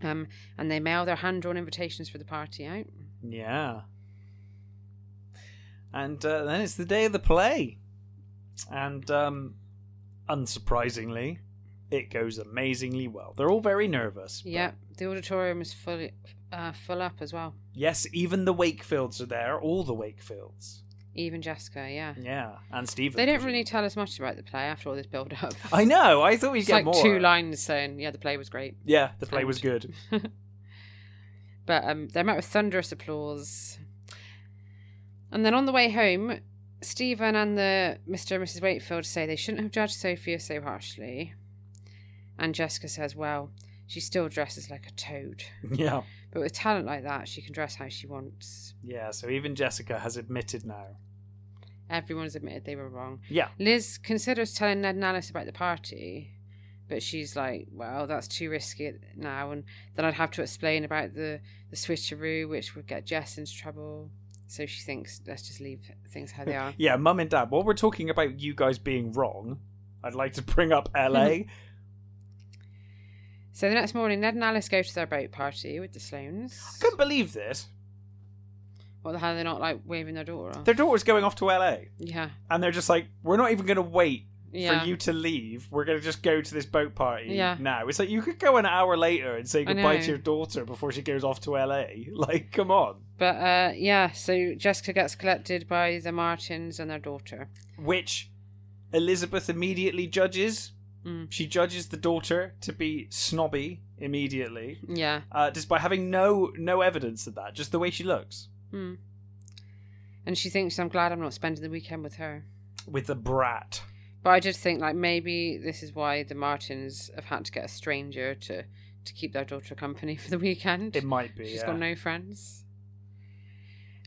S1: Um, and they mail their hand drawn invitations for the party eh? out.
S2: yeah. And uh, then it's the day of the play, and um, unsurprisingly, it goes amazingly well. They're all very nervous. but-
S1: Yeah, the auditorium is full, uh, full up as well.
S2: Yes, even the Wakefields are there. All the Wakefields.
S1: Even Jessica, yeah.
S2: Yeah, and Stephen.
S1: They don't
S2: presumably.
S1: really tell us much about the play after all this build up.
S2: I know. I thought we'd
S1: It's
S2: get
S1: like
S2: more.
S1: two lines saying, yeah, the play was great.
S2: Yeah, the play was
S1: And-
S2: good.
S1: But um, they're met with thunderous applause. And then on the way home, Stephen and the Mr. and Mrs. Wakefield say they shouldn't have judged Sophia so harshly. And Jessica says, well, she still dresses like a toad.
S2: Yeah,
S1: But with talent like that, she can dress how she wants.
S2: yeah. So even Jessica has admitted now.
S1: Everyone's admitted they were wrong.
S2: Yeah,
S1: Liz considers telling Ned and Alice about the party, but she's like, well, that's too risky now. And then I'd have to explain about the, the switcheroo, which would get Jess into trouble. So she thinks, let's just leave things how they are.
S2: Yeah, mum and dad, while we're talking about you guys being wrong, I'd like to bring up LA.
S1: so the next morning, Ned and Alice go to their boat party with the Sloanes.
S2: Couldn't believe this.
S1: What the hell are they not like waving their daughter off?
S2: Their daughter's going off to LA,
S1: yeah.
S2: and they're just like, we're not even going to wait
S1: Yeah.
S2: for you to leave. We're going to just go to this boat party
S1: Yeah.
S2: now. It's like you could go an hour later and say
S1: I
S2: goodbye to
S1: know.
S2: your daughter before she goes off to LA. Like, come on.
S1: But uh, yeah, so Jessica gets collected by the Martins and their daughter.
S2: Which Elizabeth immediately judges.
S1: Mm.
S2: She judges the daughter to be snobby immediately,
S1: Yeah.
S2: uh, despite having no no evidence of that. Just the way she looks
S1: Hmm. And she thinks, I'm glad I'm not spending the weekend with her.
S2: with the brat.
S1: But I did think like maybe this is why the Martins have had to get a stranger to to keep their daughter company for the weekend.
S2: It might be.
S1: She's
S2: yeah.
S1: got no friends.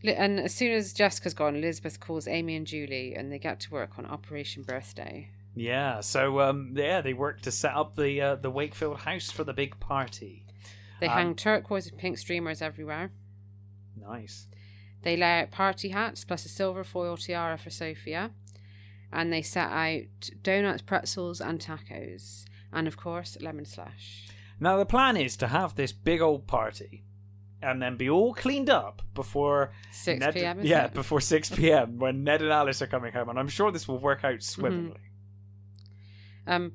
S1: Li- And as soon as Jessica's gone, Elizabeth calls Amy and Julie, and they get to work on Operation Birthday.
S2: Yeah, so um, yeah, they worked to set up the uh, the Wakefield house for the big party.
S1: They
S2: Um,
S1: hang turquoise and pink streamers everywhere.
S2: Nice.
S1: They lay out party hats plus a silver foil tiara for Sophia. And they set out donuts, pretzels, and tacos. And of course, lemon slash.
S2: Now the plan is to have this big old party, and then be all cleaned up before
S1: 6
S2: Ned-
S1: pm. Is
S2: Yeah,
S1: it?
S2: before six p.m. when Ned and Alice are coming home, and I'm sure this will work out
S1: Mm-hmm.
S2: swimmingly.
S1: Um,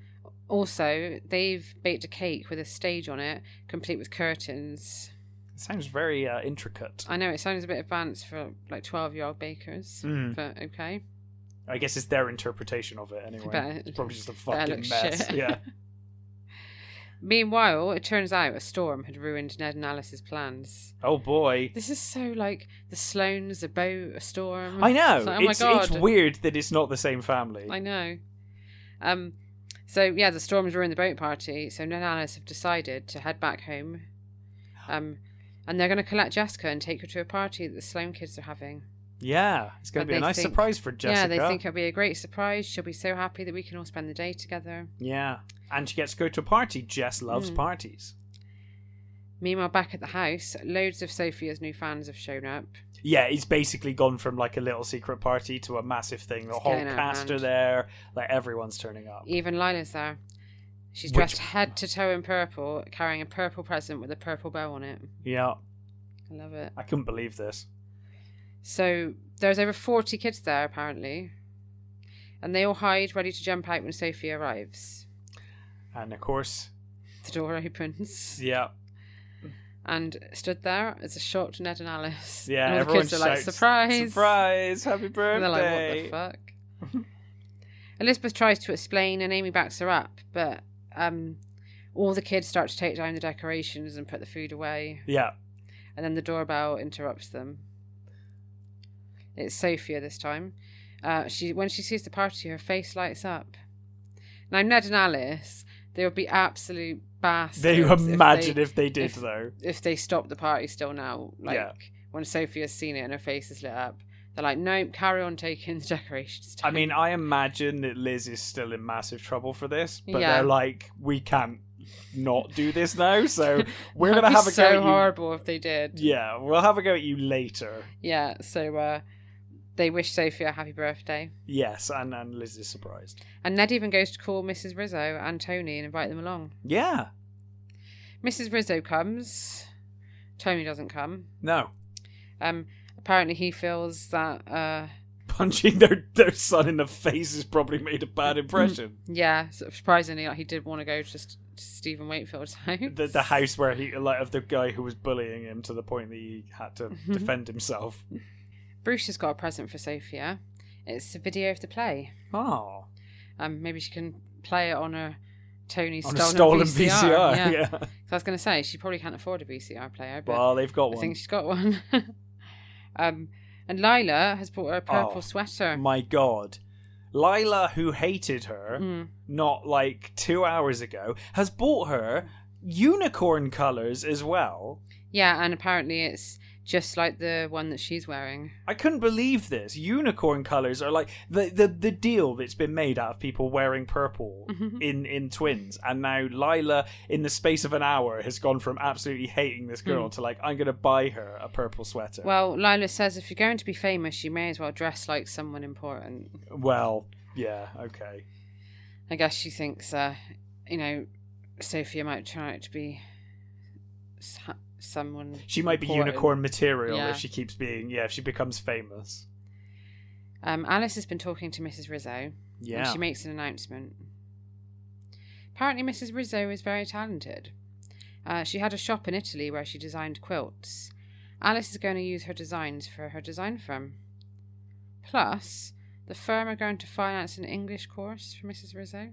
S1: also, they've baked a cake with a stage on it, complete with curtains.
S2: It sounds very uh, intricate.
S1: I know it sounds a bit advanced for like 12 year old bakers,
S2: Mm.
S1: but okay.
S2: I guess it's their interpretation of it anyway.
S1: Better-
S2: it's probably just a
S1: better
S2: fucking
S1: look
S2: mess.
S1: shit.
S2: Yeah.
S1: Meanwhile, it turns out a storm had ruined Ned and Alice's plans.
S2: Oh boy.
S1: This is so like the Sloanes, a boat, a storm.
S2: I know.
S1: It's like, oh
S2: it's,
S1: my god.
S2: it's weird that it's not the same family.
S1: I know. Um, so yeah, the storms ruined the boat party. So Ned and Alice have decided to head back home. Um, and they're going to collect Jessica and take her to a party that the Sloan kids are having.
S2: Yeah, it's going
S1: But
S2: to be a
S1: they
S2: nice
S1: think-
S2: surprise for Jessica.
S1: Yeah, they think it'll be a great surprise. She'll be so happy that we can all spend the day together.
S2: Yeah. And she gets to go to a party. Jess loves
S1: Mm.
S2: parties.
S1: Meanwhile, back at the house, loads of Sophia's new fans have shown up.
S2: Yeah, it's basically gone from like a little secret party to a massive thing. The
S1: It's
S2: whole
S1: getting out of
S2: cast are
S1: hand.
S2: there. Like everyone's turning up.
S1: Even Lila's there. She's
S2: Which-
S1: dressed head to toe in purple, carrying a purple present with a purple bow on it.
S2: Yeah,
S1: I love it.
S2: I couldn't believe this.
S1: So there's over 40 kids there, apparently. And they all hide, ready to jump out when Sophie arrives.
S2: And of course,
S1: The door opens.
S2: yeah,
S1: And stood there as a shocked Ned and Alice.
S2: yeah.
S1: and all the
S2: everyone
S1: kids are like,
S2: shouts,
S1: surprise!
S2: surprise, happy
S1: And
S2: birthday.
S1: they're like, what the fuck? Elizabeth tries to explain, and Amy backs her up, but um, all the kids start to take down the decorations and put the food away,
S2: Yeah,
S1: and then the doorbell interrupts them. It's Sophia this time. Uh, she when she sees the party, her face lights up. Now Ned and Alice, they would be absolute bastards.
S2: they
S1: if
S2: imagine if they, did
S1: if-
S2: though.
S1: if they stop the party still now, like
S2: Yeah.
S1: when Sophia's seen it and her face is lit up, they're like, nope, carry on taking the decorations.
S2: I
S1: down."
S2: mean, I imagine that Liz is still in massive trouble for this, but
S1: Yeah.
S2: they're like, we can't not do this now, so we're
S1: That'd
S2: gonna
S1: be
S2: have a
S1: so
S2: go. At you.
S1: horrible if they did.
S2: Yeah, we'll have a go at you later.
S1: Yeah, so uh, they wish Sophia a happy birthday.
S2: Yes, and and Liz is surprised.
S1: And Ned even goes to call Mrs. Rizzo and Tony and invite them along.
S2: Yeah,
S1: Mrs. Rizzo comes. Tony doesn't come.
S2: no,
S1: Um, apparently he feels that uh,
S2: punching their their son in the face has probably made a
S1: Mm-hmm.
S2: bad impression.
S1: yeah, sort of surprisingly, like he did want to go to, St- to Stephen Wakefield's house.
S2: the the house where he like of the guy who was bullying him to the point that he had to
S1: Mm-hmm.
S2: defend himself.
S1: Bruce has got a present for Sophia. It's a video of the play.
S2: Oh,
S1: Um, maybe she can play it on a Tony's
S2: on
S1: stolen,
S2: a stolen
S1: VCR.
S2: VCR.
S1: Yeah.
S2: Yeah.
S1: So I was going to say she probably can't afford a VCR player, but
S2: Well, they've got
S1: I
S2: one.
S1: think she's got one. um, and Lila has bought her a purple
S2: Oh,
S1: sweater.
S2: My God. Lila, who hated her
S1: Mm.
S2: not like two hours ago, has bought her unicorn colors as well.
S1: Yeah, and apparently it's just like the one that she's wearing.
S2: I couldn't believe this. Unicorn colors are like the, the, the deal that's been made out of people wearing purple
S1: Mm.
S2: in, in twins. And now Lila, in the space of an hour, has gone from absolutely hating this girl to like, I'm going to buy her a purple sweater.
S1: Mm. Well, Lila says if you're going to be famous, you may as well dress like someone important.
S2: well yeah, okay.
S1: I guess she thinks, uh, you know, Sophia might turn out to be s- someone.
S2: She might be
S1: important.
S2: unicorn material
S1: Yeah.
S2: if she keeps being, yeah, if she becomes famous.
S1: Um, Alice has been talking to Mrs. Rizzo.
S2: Yeah.
S1: And she makes an announcement. Apparently, Mrs. Rizzo is very talented. Uh, she had a shop in Italy where she designed quilts. Alice is going to use her designs for her design firm. Plus, the firm are going to finance an English course for Mrs. Rizzo.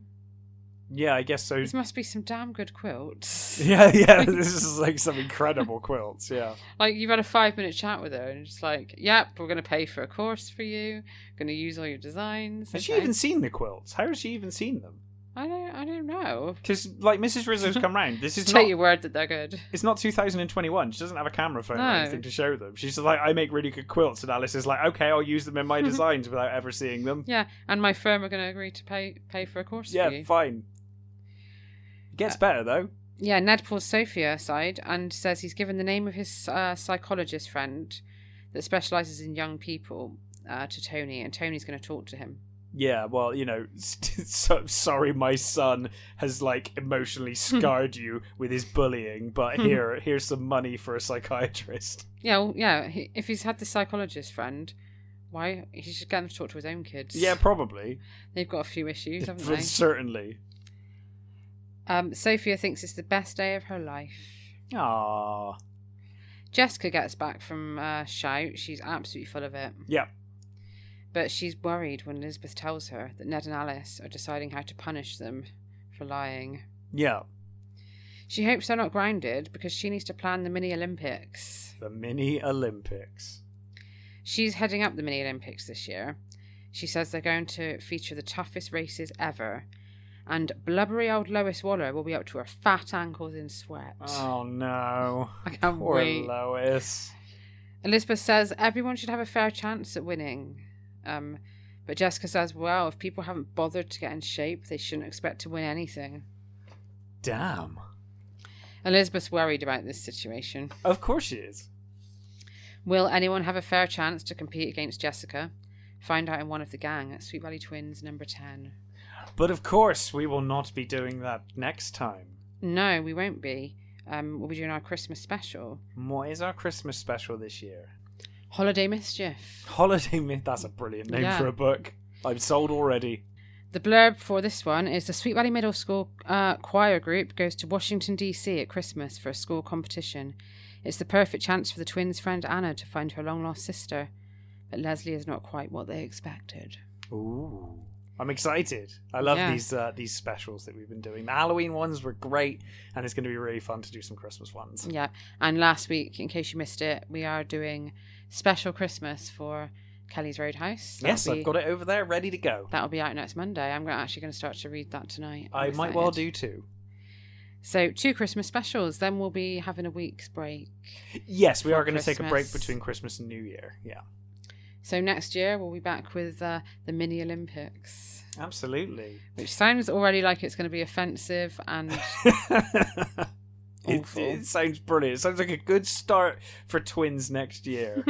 S2: Yeah, I guess so.
S1: These must be some damn good quilts.
S2: Yeah, yeah. This is like some incredible quilts. Yeah.
S1: Like you've had a five minute chat with her and it's like, yep, we're gonna pay for a course for you. Gonna use all your designs.
S2: Has she
S1: Okay.
S2: even seen the quilts? How has she even seen them?
S1: I don't I don't know.
S2: Because like Mrs. Rizzo's come round. This is
S1: Take
S2: not.
S1: your word that they're good.
S2: It's not 2021. She doesn't have a camera phone or
S1: No.
S2: anything to show them. She's just like, I make really good quilts, and Alice is like, okay, I'll use them in my designs without ever seeing them.
S1: Yeah, and my firm are gonna agree to pay pay for a course
S2: Yeah,
S1: for you.
S2: fine. Gets better though.
S1: Yeah, Ned pulls Sophie aside and says he's given the name of his uh, psychologist friend that specialises in young people uh, to Tony, and Tony's going to talk to him.
S2: Yeah, well, you know, so, sorry, my son has like emotionally scarred you with his bullying, but here, here's some money for a psychiatrist.
S1: Yeah, well, yeah. He, if he's had the psychologist friend, why he should get them to talk to his own kids?
S2: Yeah, probably.
S1: they've got a few issues, haven't
S2: For-
S1: they?
S2: Certainly.
S1: Um, Sophia thinks it's the best day of her life.
S2: Ah,
S1: Jessica gets back from uh, shout; she's absolutely full of it.
S2: yeah.
S1: But she's worried when Elizabeth tells her that Ned and Alice are deciding how to punish them for lying.
S2: Yeah,
S1: She hopes they're not grounded because she needs to plan the mini Olympics.
S2: the mini Olympics.
S1: She's heading up the mini Olympics this year. She says they're going to feature the toughest races ever. And blubbery old Lois Waller will be up to her fat ankles in sweat.
S2: Oh no,
S1: I can't
S2: poor
S1: wait.
S2: Lois.
S1: Elizabeth says everyone should have a fair chance at winning. Um, but Jessica says, well, if people haven't bothered to get in shape, they shouldn't expect to win anything.
S2: Damn.
S1: Elizabeth's worried about this situation.
S2: Of course she is.
S1: Will anyone have a fair chance to compete against Jessica? Find out in one of the gang at Sweet Valley Twins number 10.
S2: But of course, we will not be doing that next time.
S1: No, we won't be. Um, we'll be doing our Christmas special.
S2: What is our Christmas special this year?
S1: Holiday Mischief.
S2: Holiday Myth. That's a brilliant name
S1: Yeah.
S2: for a book. I'm sold already.
S1: The blurb for this one is the Sweet Valley Middle School uh, choir group goes to Washington, D.C. at Christmas for a school competition. It's the perfect chance for the twins' friend Anna to find her long lost sister. But Leslie is not quite what they expected.
S2: Ooh. I'm excited. I love
S1: Yeah.
S2: these uh, these specials that we've been doing. The Halloween ones were great, and it's going to be really fun to do some Christmas ones.
S1: Yeah. And last week, in case you missed it, we are doing special Christmas for Kelly's Roadhouse. That'll
S2: yes,
S1: be-
S2: I've got it over there ready to go.
S1: That'll be out next Monday. I'm go- actually going to start to read that tonight.
S2: I
S1: I'm
S2: might well
S1: excited.
S2: do too.
S1: So, two Christmas specials. Then we'll be having a week's break.
S2: Yes, we
S1: For
S2: are going to take a break
S1: Christmas.
S2: between Christmas and New Year. Yeah,
S1: So, next year, we'll be back with uh, the mini Olympics,
S2: absolutely.
S1: which sounds already like it's going to be offensive and
S2: it,
S1: Awful.
S2: it sounds brilliant. It sounds like a good start for twins next year.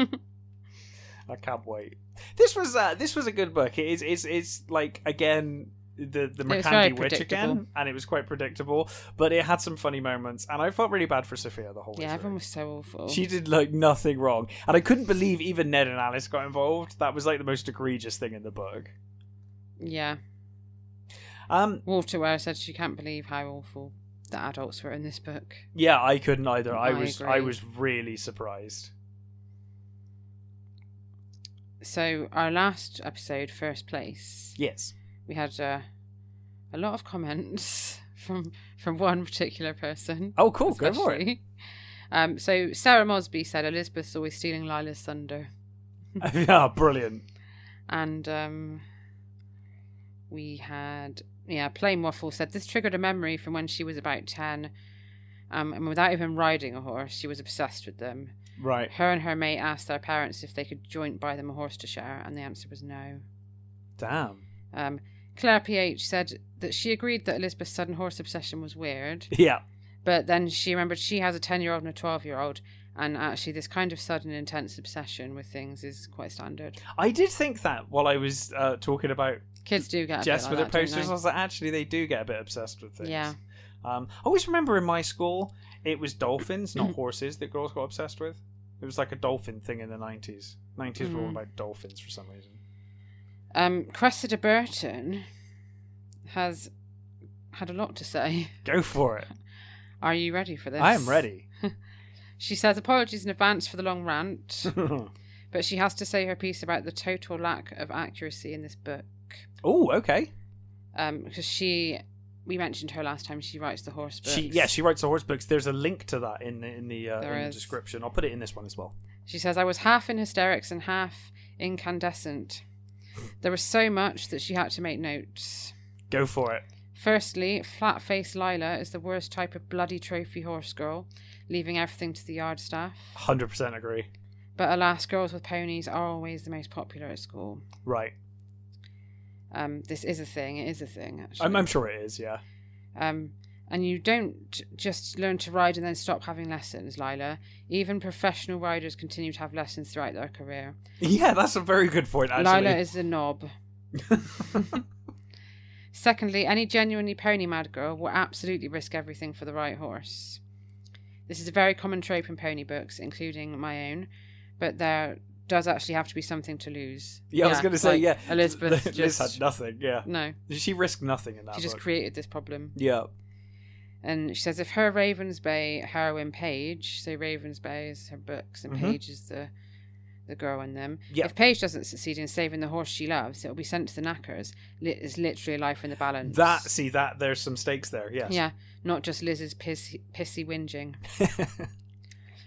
S2: I can't wait. This was uh, this was a good book. It is it's it's like again the the
S1: was very
S2: McCandy witch again,
S1: predictable.
S2: and it was quite predictable, but it had some funny moments, and I felt really bad for Sophia the whole way.
S1: yeah,
S2: through.
S1: everyone was so awful.
S2: She did like nothing wrong, and I couldn't believe even Ned and Alice got involved. That was like the most egregious thing in the book.
S1: Yeah.
S2: Um,
S1: Waterware said she can't believe how awful the adults were in this book.
S2: yeah, I couldn't either. I,
S1: I
S2: was I
S1: agree.
S2: was really surprised.
S1: So, our last episode, First Place,
S2: Yes.
S1: we had uh, a lot of comments from from one particular person.
S2: Oh, cool. Go for it.
S1: especially. Um, so Sarah Mosby said Elizabeth's always stealing Lila's thunder,
S2: yeah, brilliant.
S1: and um, we had yeah, Plain Waffle said this triggered a memory from when she was about ten, um, and without even riding a horse, she was obsessed with them.
S2: Right.
S1: Her and her mate asked their parents if they could joint buy them a horse to share, and the answer was no.
S2: Damn.
S1: Um, Claire PH said that she agreed that Elizabeth's sudden horse obsession was weird.
S2: Yeah.
S1: But then she remembered she has a 10 year old and a 12 year old, and actually, this kind of sudden, intense obsession with things is quite standard.
S2: I did think that while I was uh, talking about
S1: Kids do get a
S2: Jess
S1: bit
S2: with
S1: like that,
S2: her
S1: don't
S2: posters, I
S1: they?
S2: was like, actually, they do get a bit obsessed with things.
S1: Yeah.
S2: Um, I always remember in my school, it was dolphins, not horses, that girls got obsessed with. It was like a dolphin thing in the 90s. 90s were all
S1: Mm.
S2: about dolphins for some reason.
S1: Um, Cressida Burton has had a lot to say.
S2: Go for it.
S1: Are you ready for this?
S2: I am ready.
S1: She says apologies in advance for the long rant, but she has to say her piece about the total lack of accuracy in this book.
S2: oh, okay.
S1: um, because she we mentioned her last time. She writes the horse books.
S2: She yeah, she writes the horse books. There's a link to that in the in the, uh,
S1: There
S2: in the
S1: is.
S2: description. I'll put it in this one as well.
S1: She says, I was half in hysterics and half incandescent. There was so much that she had to make notes.
S2: Go for it.
S1: Firstly, flat faced Lila is the worst type of bloody trophy horse girl, leaving everything to the yard staff.
S2: Hundred percent agree.
S1: But alas, girls with ponies are always the most popular at school.
S2: Right.
S1: Um, this is a thing. It is a thing, actually.
S2: I'm, I'm sure it is. Yeah.
S1: Um, and you don't just learn to ride and then stop having lessons, Lila. Even professional riders continue to have lessons throughout their career.
S2: Yeah, that's a very good point. Actually.
S1: Lila is a knob. Secondly, any genuinely pony mad girl will absolutely risk everything for the right horse. This is a very common trope in pony books, including my own, but there does actually have to be something to lose.
S2: yeah, I was going to say
S1: like,
S2: yeah.
S1: Elizabeth
S2: Liz
S1: just
S2: had nothing. Yeah.
S1: no,
S2: She risked nothing in that.
S1: she just
S2: book.
S1: created this problem.
S2: yeah.
S1: And she says if her Ravens Bay heroine Page, so Ravens Bay is her books and
S2: Mhm.
S1: Page is the the girl in them.
S2: Yeah.
S1: If Page doesn't succeed in saving the horse she loves, it'll be sent to the knackers. Li- It's literally life in the balance.
S2: That see that there's some stakes there. Yes.
S1: yeah, not just Liz's pissy, pissy whinging.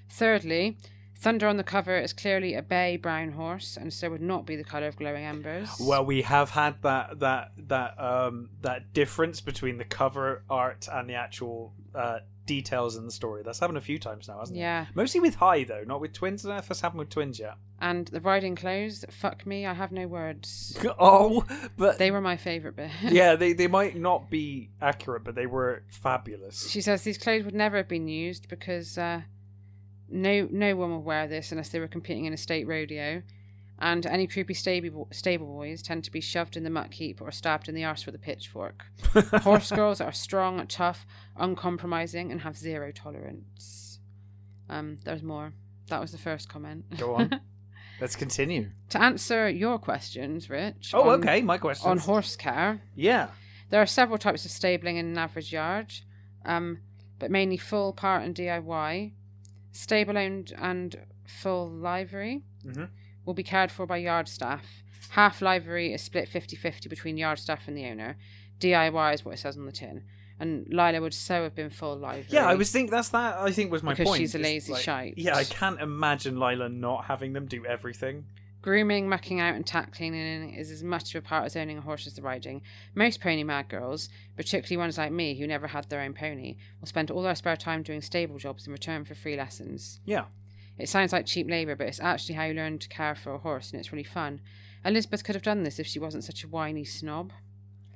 S1: Thirdly, Thunder on the cover is clearly a bay brown horse, and so would not be the color of glowing embers.
S2: Well, we have had that that that um that difference between the cover art and the actual uh details in the story. That's happened a few times now, hasn't
S1: yeah,
S2: it? Mostly with high though, not with twins. I don't know if that's happened with twins yet.
S1: and the riding clothes. Fuck me, I have no words.
S2: Oh, but
S1: They were my favorite bit.
S2: yeah, they they might not be accurate, but they were fabulous.
S1: She says these clothes would never have been used because uh, no no one would wear this unless they were competing in a state rodeo, and any creepy stable, stable boys tend to be shoved in the muck heap or stabbed in the arse with a pitchfork. Horse girls are strong, tough, uncompromising, and have zero tolerance. Um, there's more. That was the first comment.
S2: Go on. Let's continue.
S1: to answer your questions, Rich.
S2: Oh,
S1: on-
S2: okay. My question.
S1: On horse care.
S2: yeah.
S1: There are several types of stabling in an average yard, um, but mainly full, part, and DIY. Stable owned and full livery
S2: Mhm.
S1: will be cared for by yard staff. Half livery is split 50 50 between yard staff and the owner. DIY is what it says on the tin. And Lila would so have been full livery.
S2: Yeah, I was think that's that. I think was my
S1: Because
S2: point.
S1: she's a
S2: is,
S1: lazy shite.
S2: Yeah, I can't imagine Lila not having them do everything.
S1: Grooming, mucking out, and tack cleaning is as much of a part as owning a horse as the riding. Most pony mad girls, particularly ones like me who never had their own pony, will spend all their spare time doing stable jobs in return for free lessons.
S2: Yeah.
S1: It sounds like cheap labour, but it's actually how you learn to care for a horse, and it's really fun. Elizabeth could have done this if she wasn't such a whiny snob.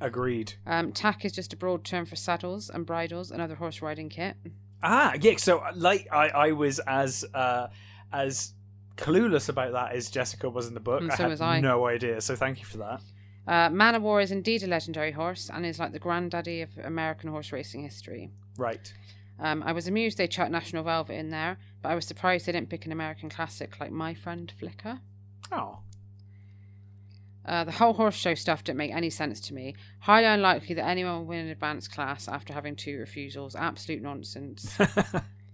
S2: Agreed.
S1: Um, tack is just a broad term for saddles and bridles and other horse riding kit.
S2: Ah, yeah. So, like, I, I was as uh, as clueless about that as Jessica was in the book.
S1: Mm,
S2: I
S1: so
S2: had
S1: was I.
S2: no idea. So, thank you for that.
S1: Uh, Man o' War is indeed a legendary horse and is like the granddaddy of American horse racing history.
S2: Right.
S1: Um, I was amused they chucked National Velvet in there, but I was surprised they didn't pick an American classic like My Friend Flicker.
S2: Oh,
S1: Uh, the whole horse show stuff didn't make any sense to me. Highly unlikely that anyone will win an advanced class after having two refusals. Absolute nonsense.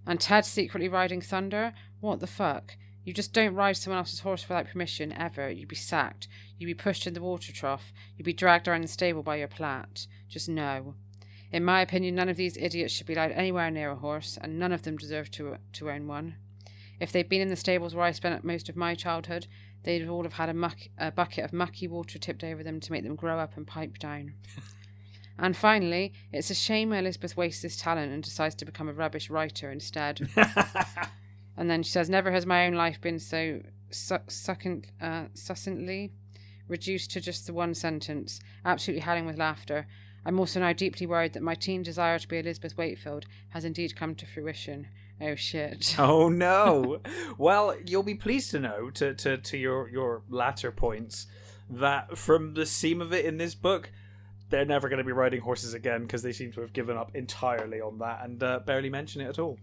S1: and Ted secretly riding Thunder? What the fuck? You just don't ride someone else's horse without permission, ever. You'd be sacked. You'd be pushed in the water trough. You'd be dragged around the stable by your plat. Just no. In my opinion, none of these idiots should be allowed anywhere near a horse, and none of them deserve to, to own one. If they'd been in the stables where I spent most of my childhood, they'd all have had a, muck, a bucket of mucky water tipped over them to make them grow up and pipe down. and finally, it's a shame Elizabeth wastes this talent and decides to become a rubbish writer instead. and then she says, "Never has my own life been so su- succinct, uh, succinctly reduced to just the one sentence. Absolutely howling with laughter." I'm also now deeply worried that my teen desire to be Elizabeth Wakefield has indeed come to fruition. Oh shit.
S2: oh no. well, you'll be pleased to know to, to to your your latter points that from the seam of it in this book. They're never going to be riding horses again because they seem to have given up entirely on that and uh, barely mention it at all.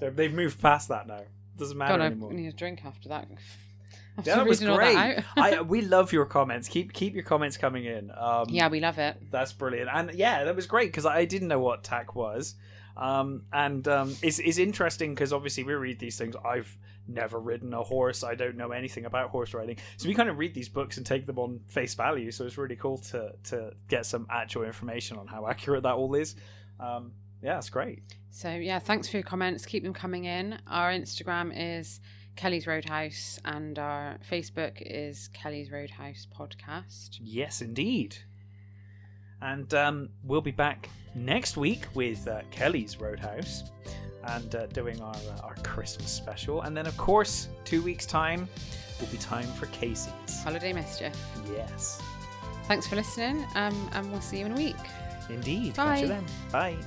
S2: They're- They've moved past that now. Doesn't matter
S1: God, I
S2: anymore.
S1: need a drink after that. After
S2: That was
S1: reading all
S2: great.
S1: out.
S2: I we love your comments. Keep keep your comments coming in. Um,
S1: yeah, we love it.
S2: that's brilliant. And yeah, that was great because I didn't know what tack was. Um, and um, it's, it's interesting because obviously we read these things. I've never ridden a horse. I don't know anything about horse riding, so we kind of read these books and take them on face value. So it's really cool to to get some actual information on how accurate that all is. Um, yeah, it's great.
S1: So yeah, thanks for your comments. Keep them coming in. Our Instagram is Kelly's Roadhouse, and our Facebook is Kelly's Roadhouse Podcast.
S2: Yes, indeed. And um, we'll be back next week with uh, Kelly's Roadhouse and uh, doing our, uh, our Christmas special. And then, of course, two weeks' time will be time for Casey's.
S1: Holiday mischief.
S2: Yes,
S1: Thanks for listening, um, and we'll see you in a week.
S2: indeed.
S1: Bye.
S2: Catch you then. Bye.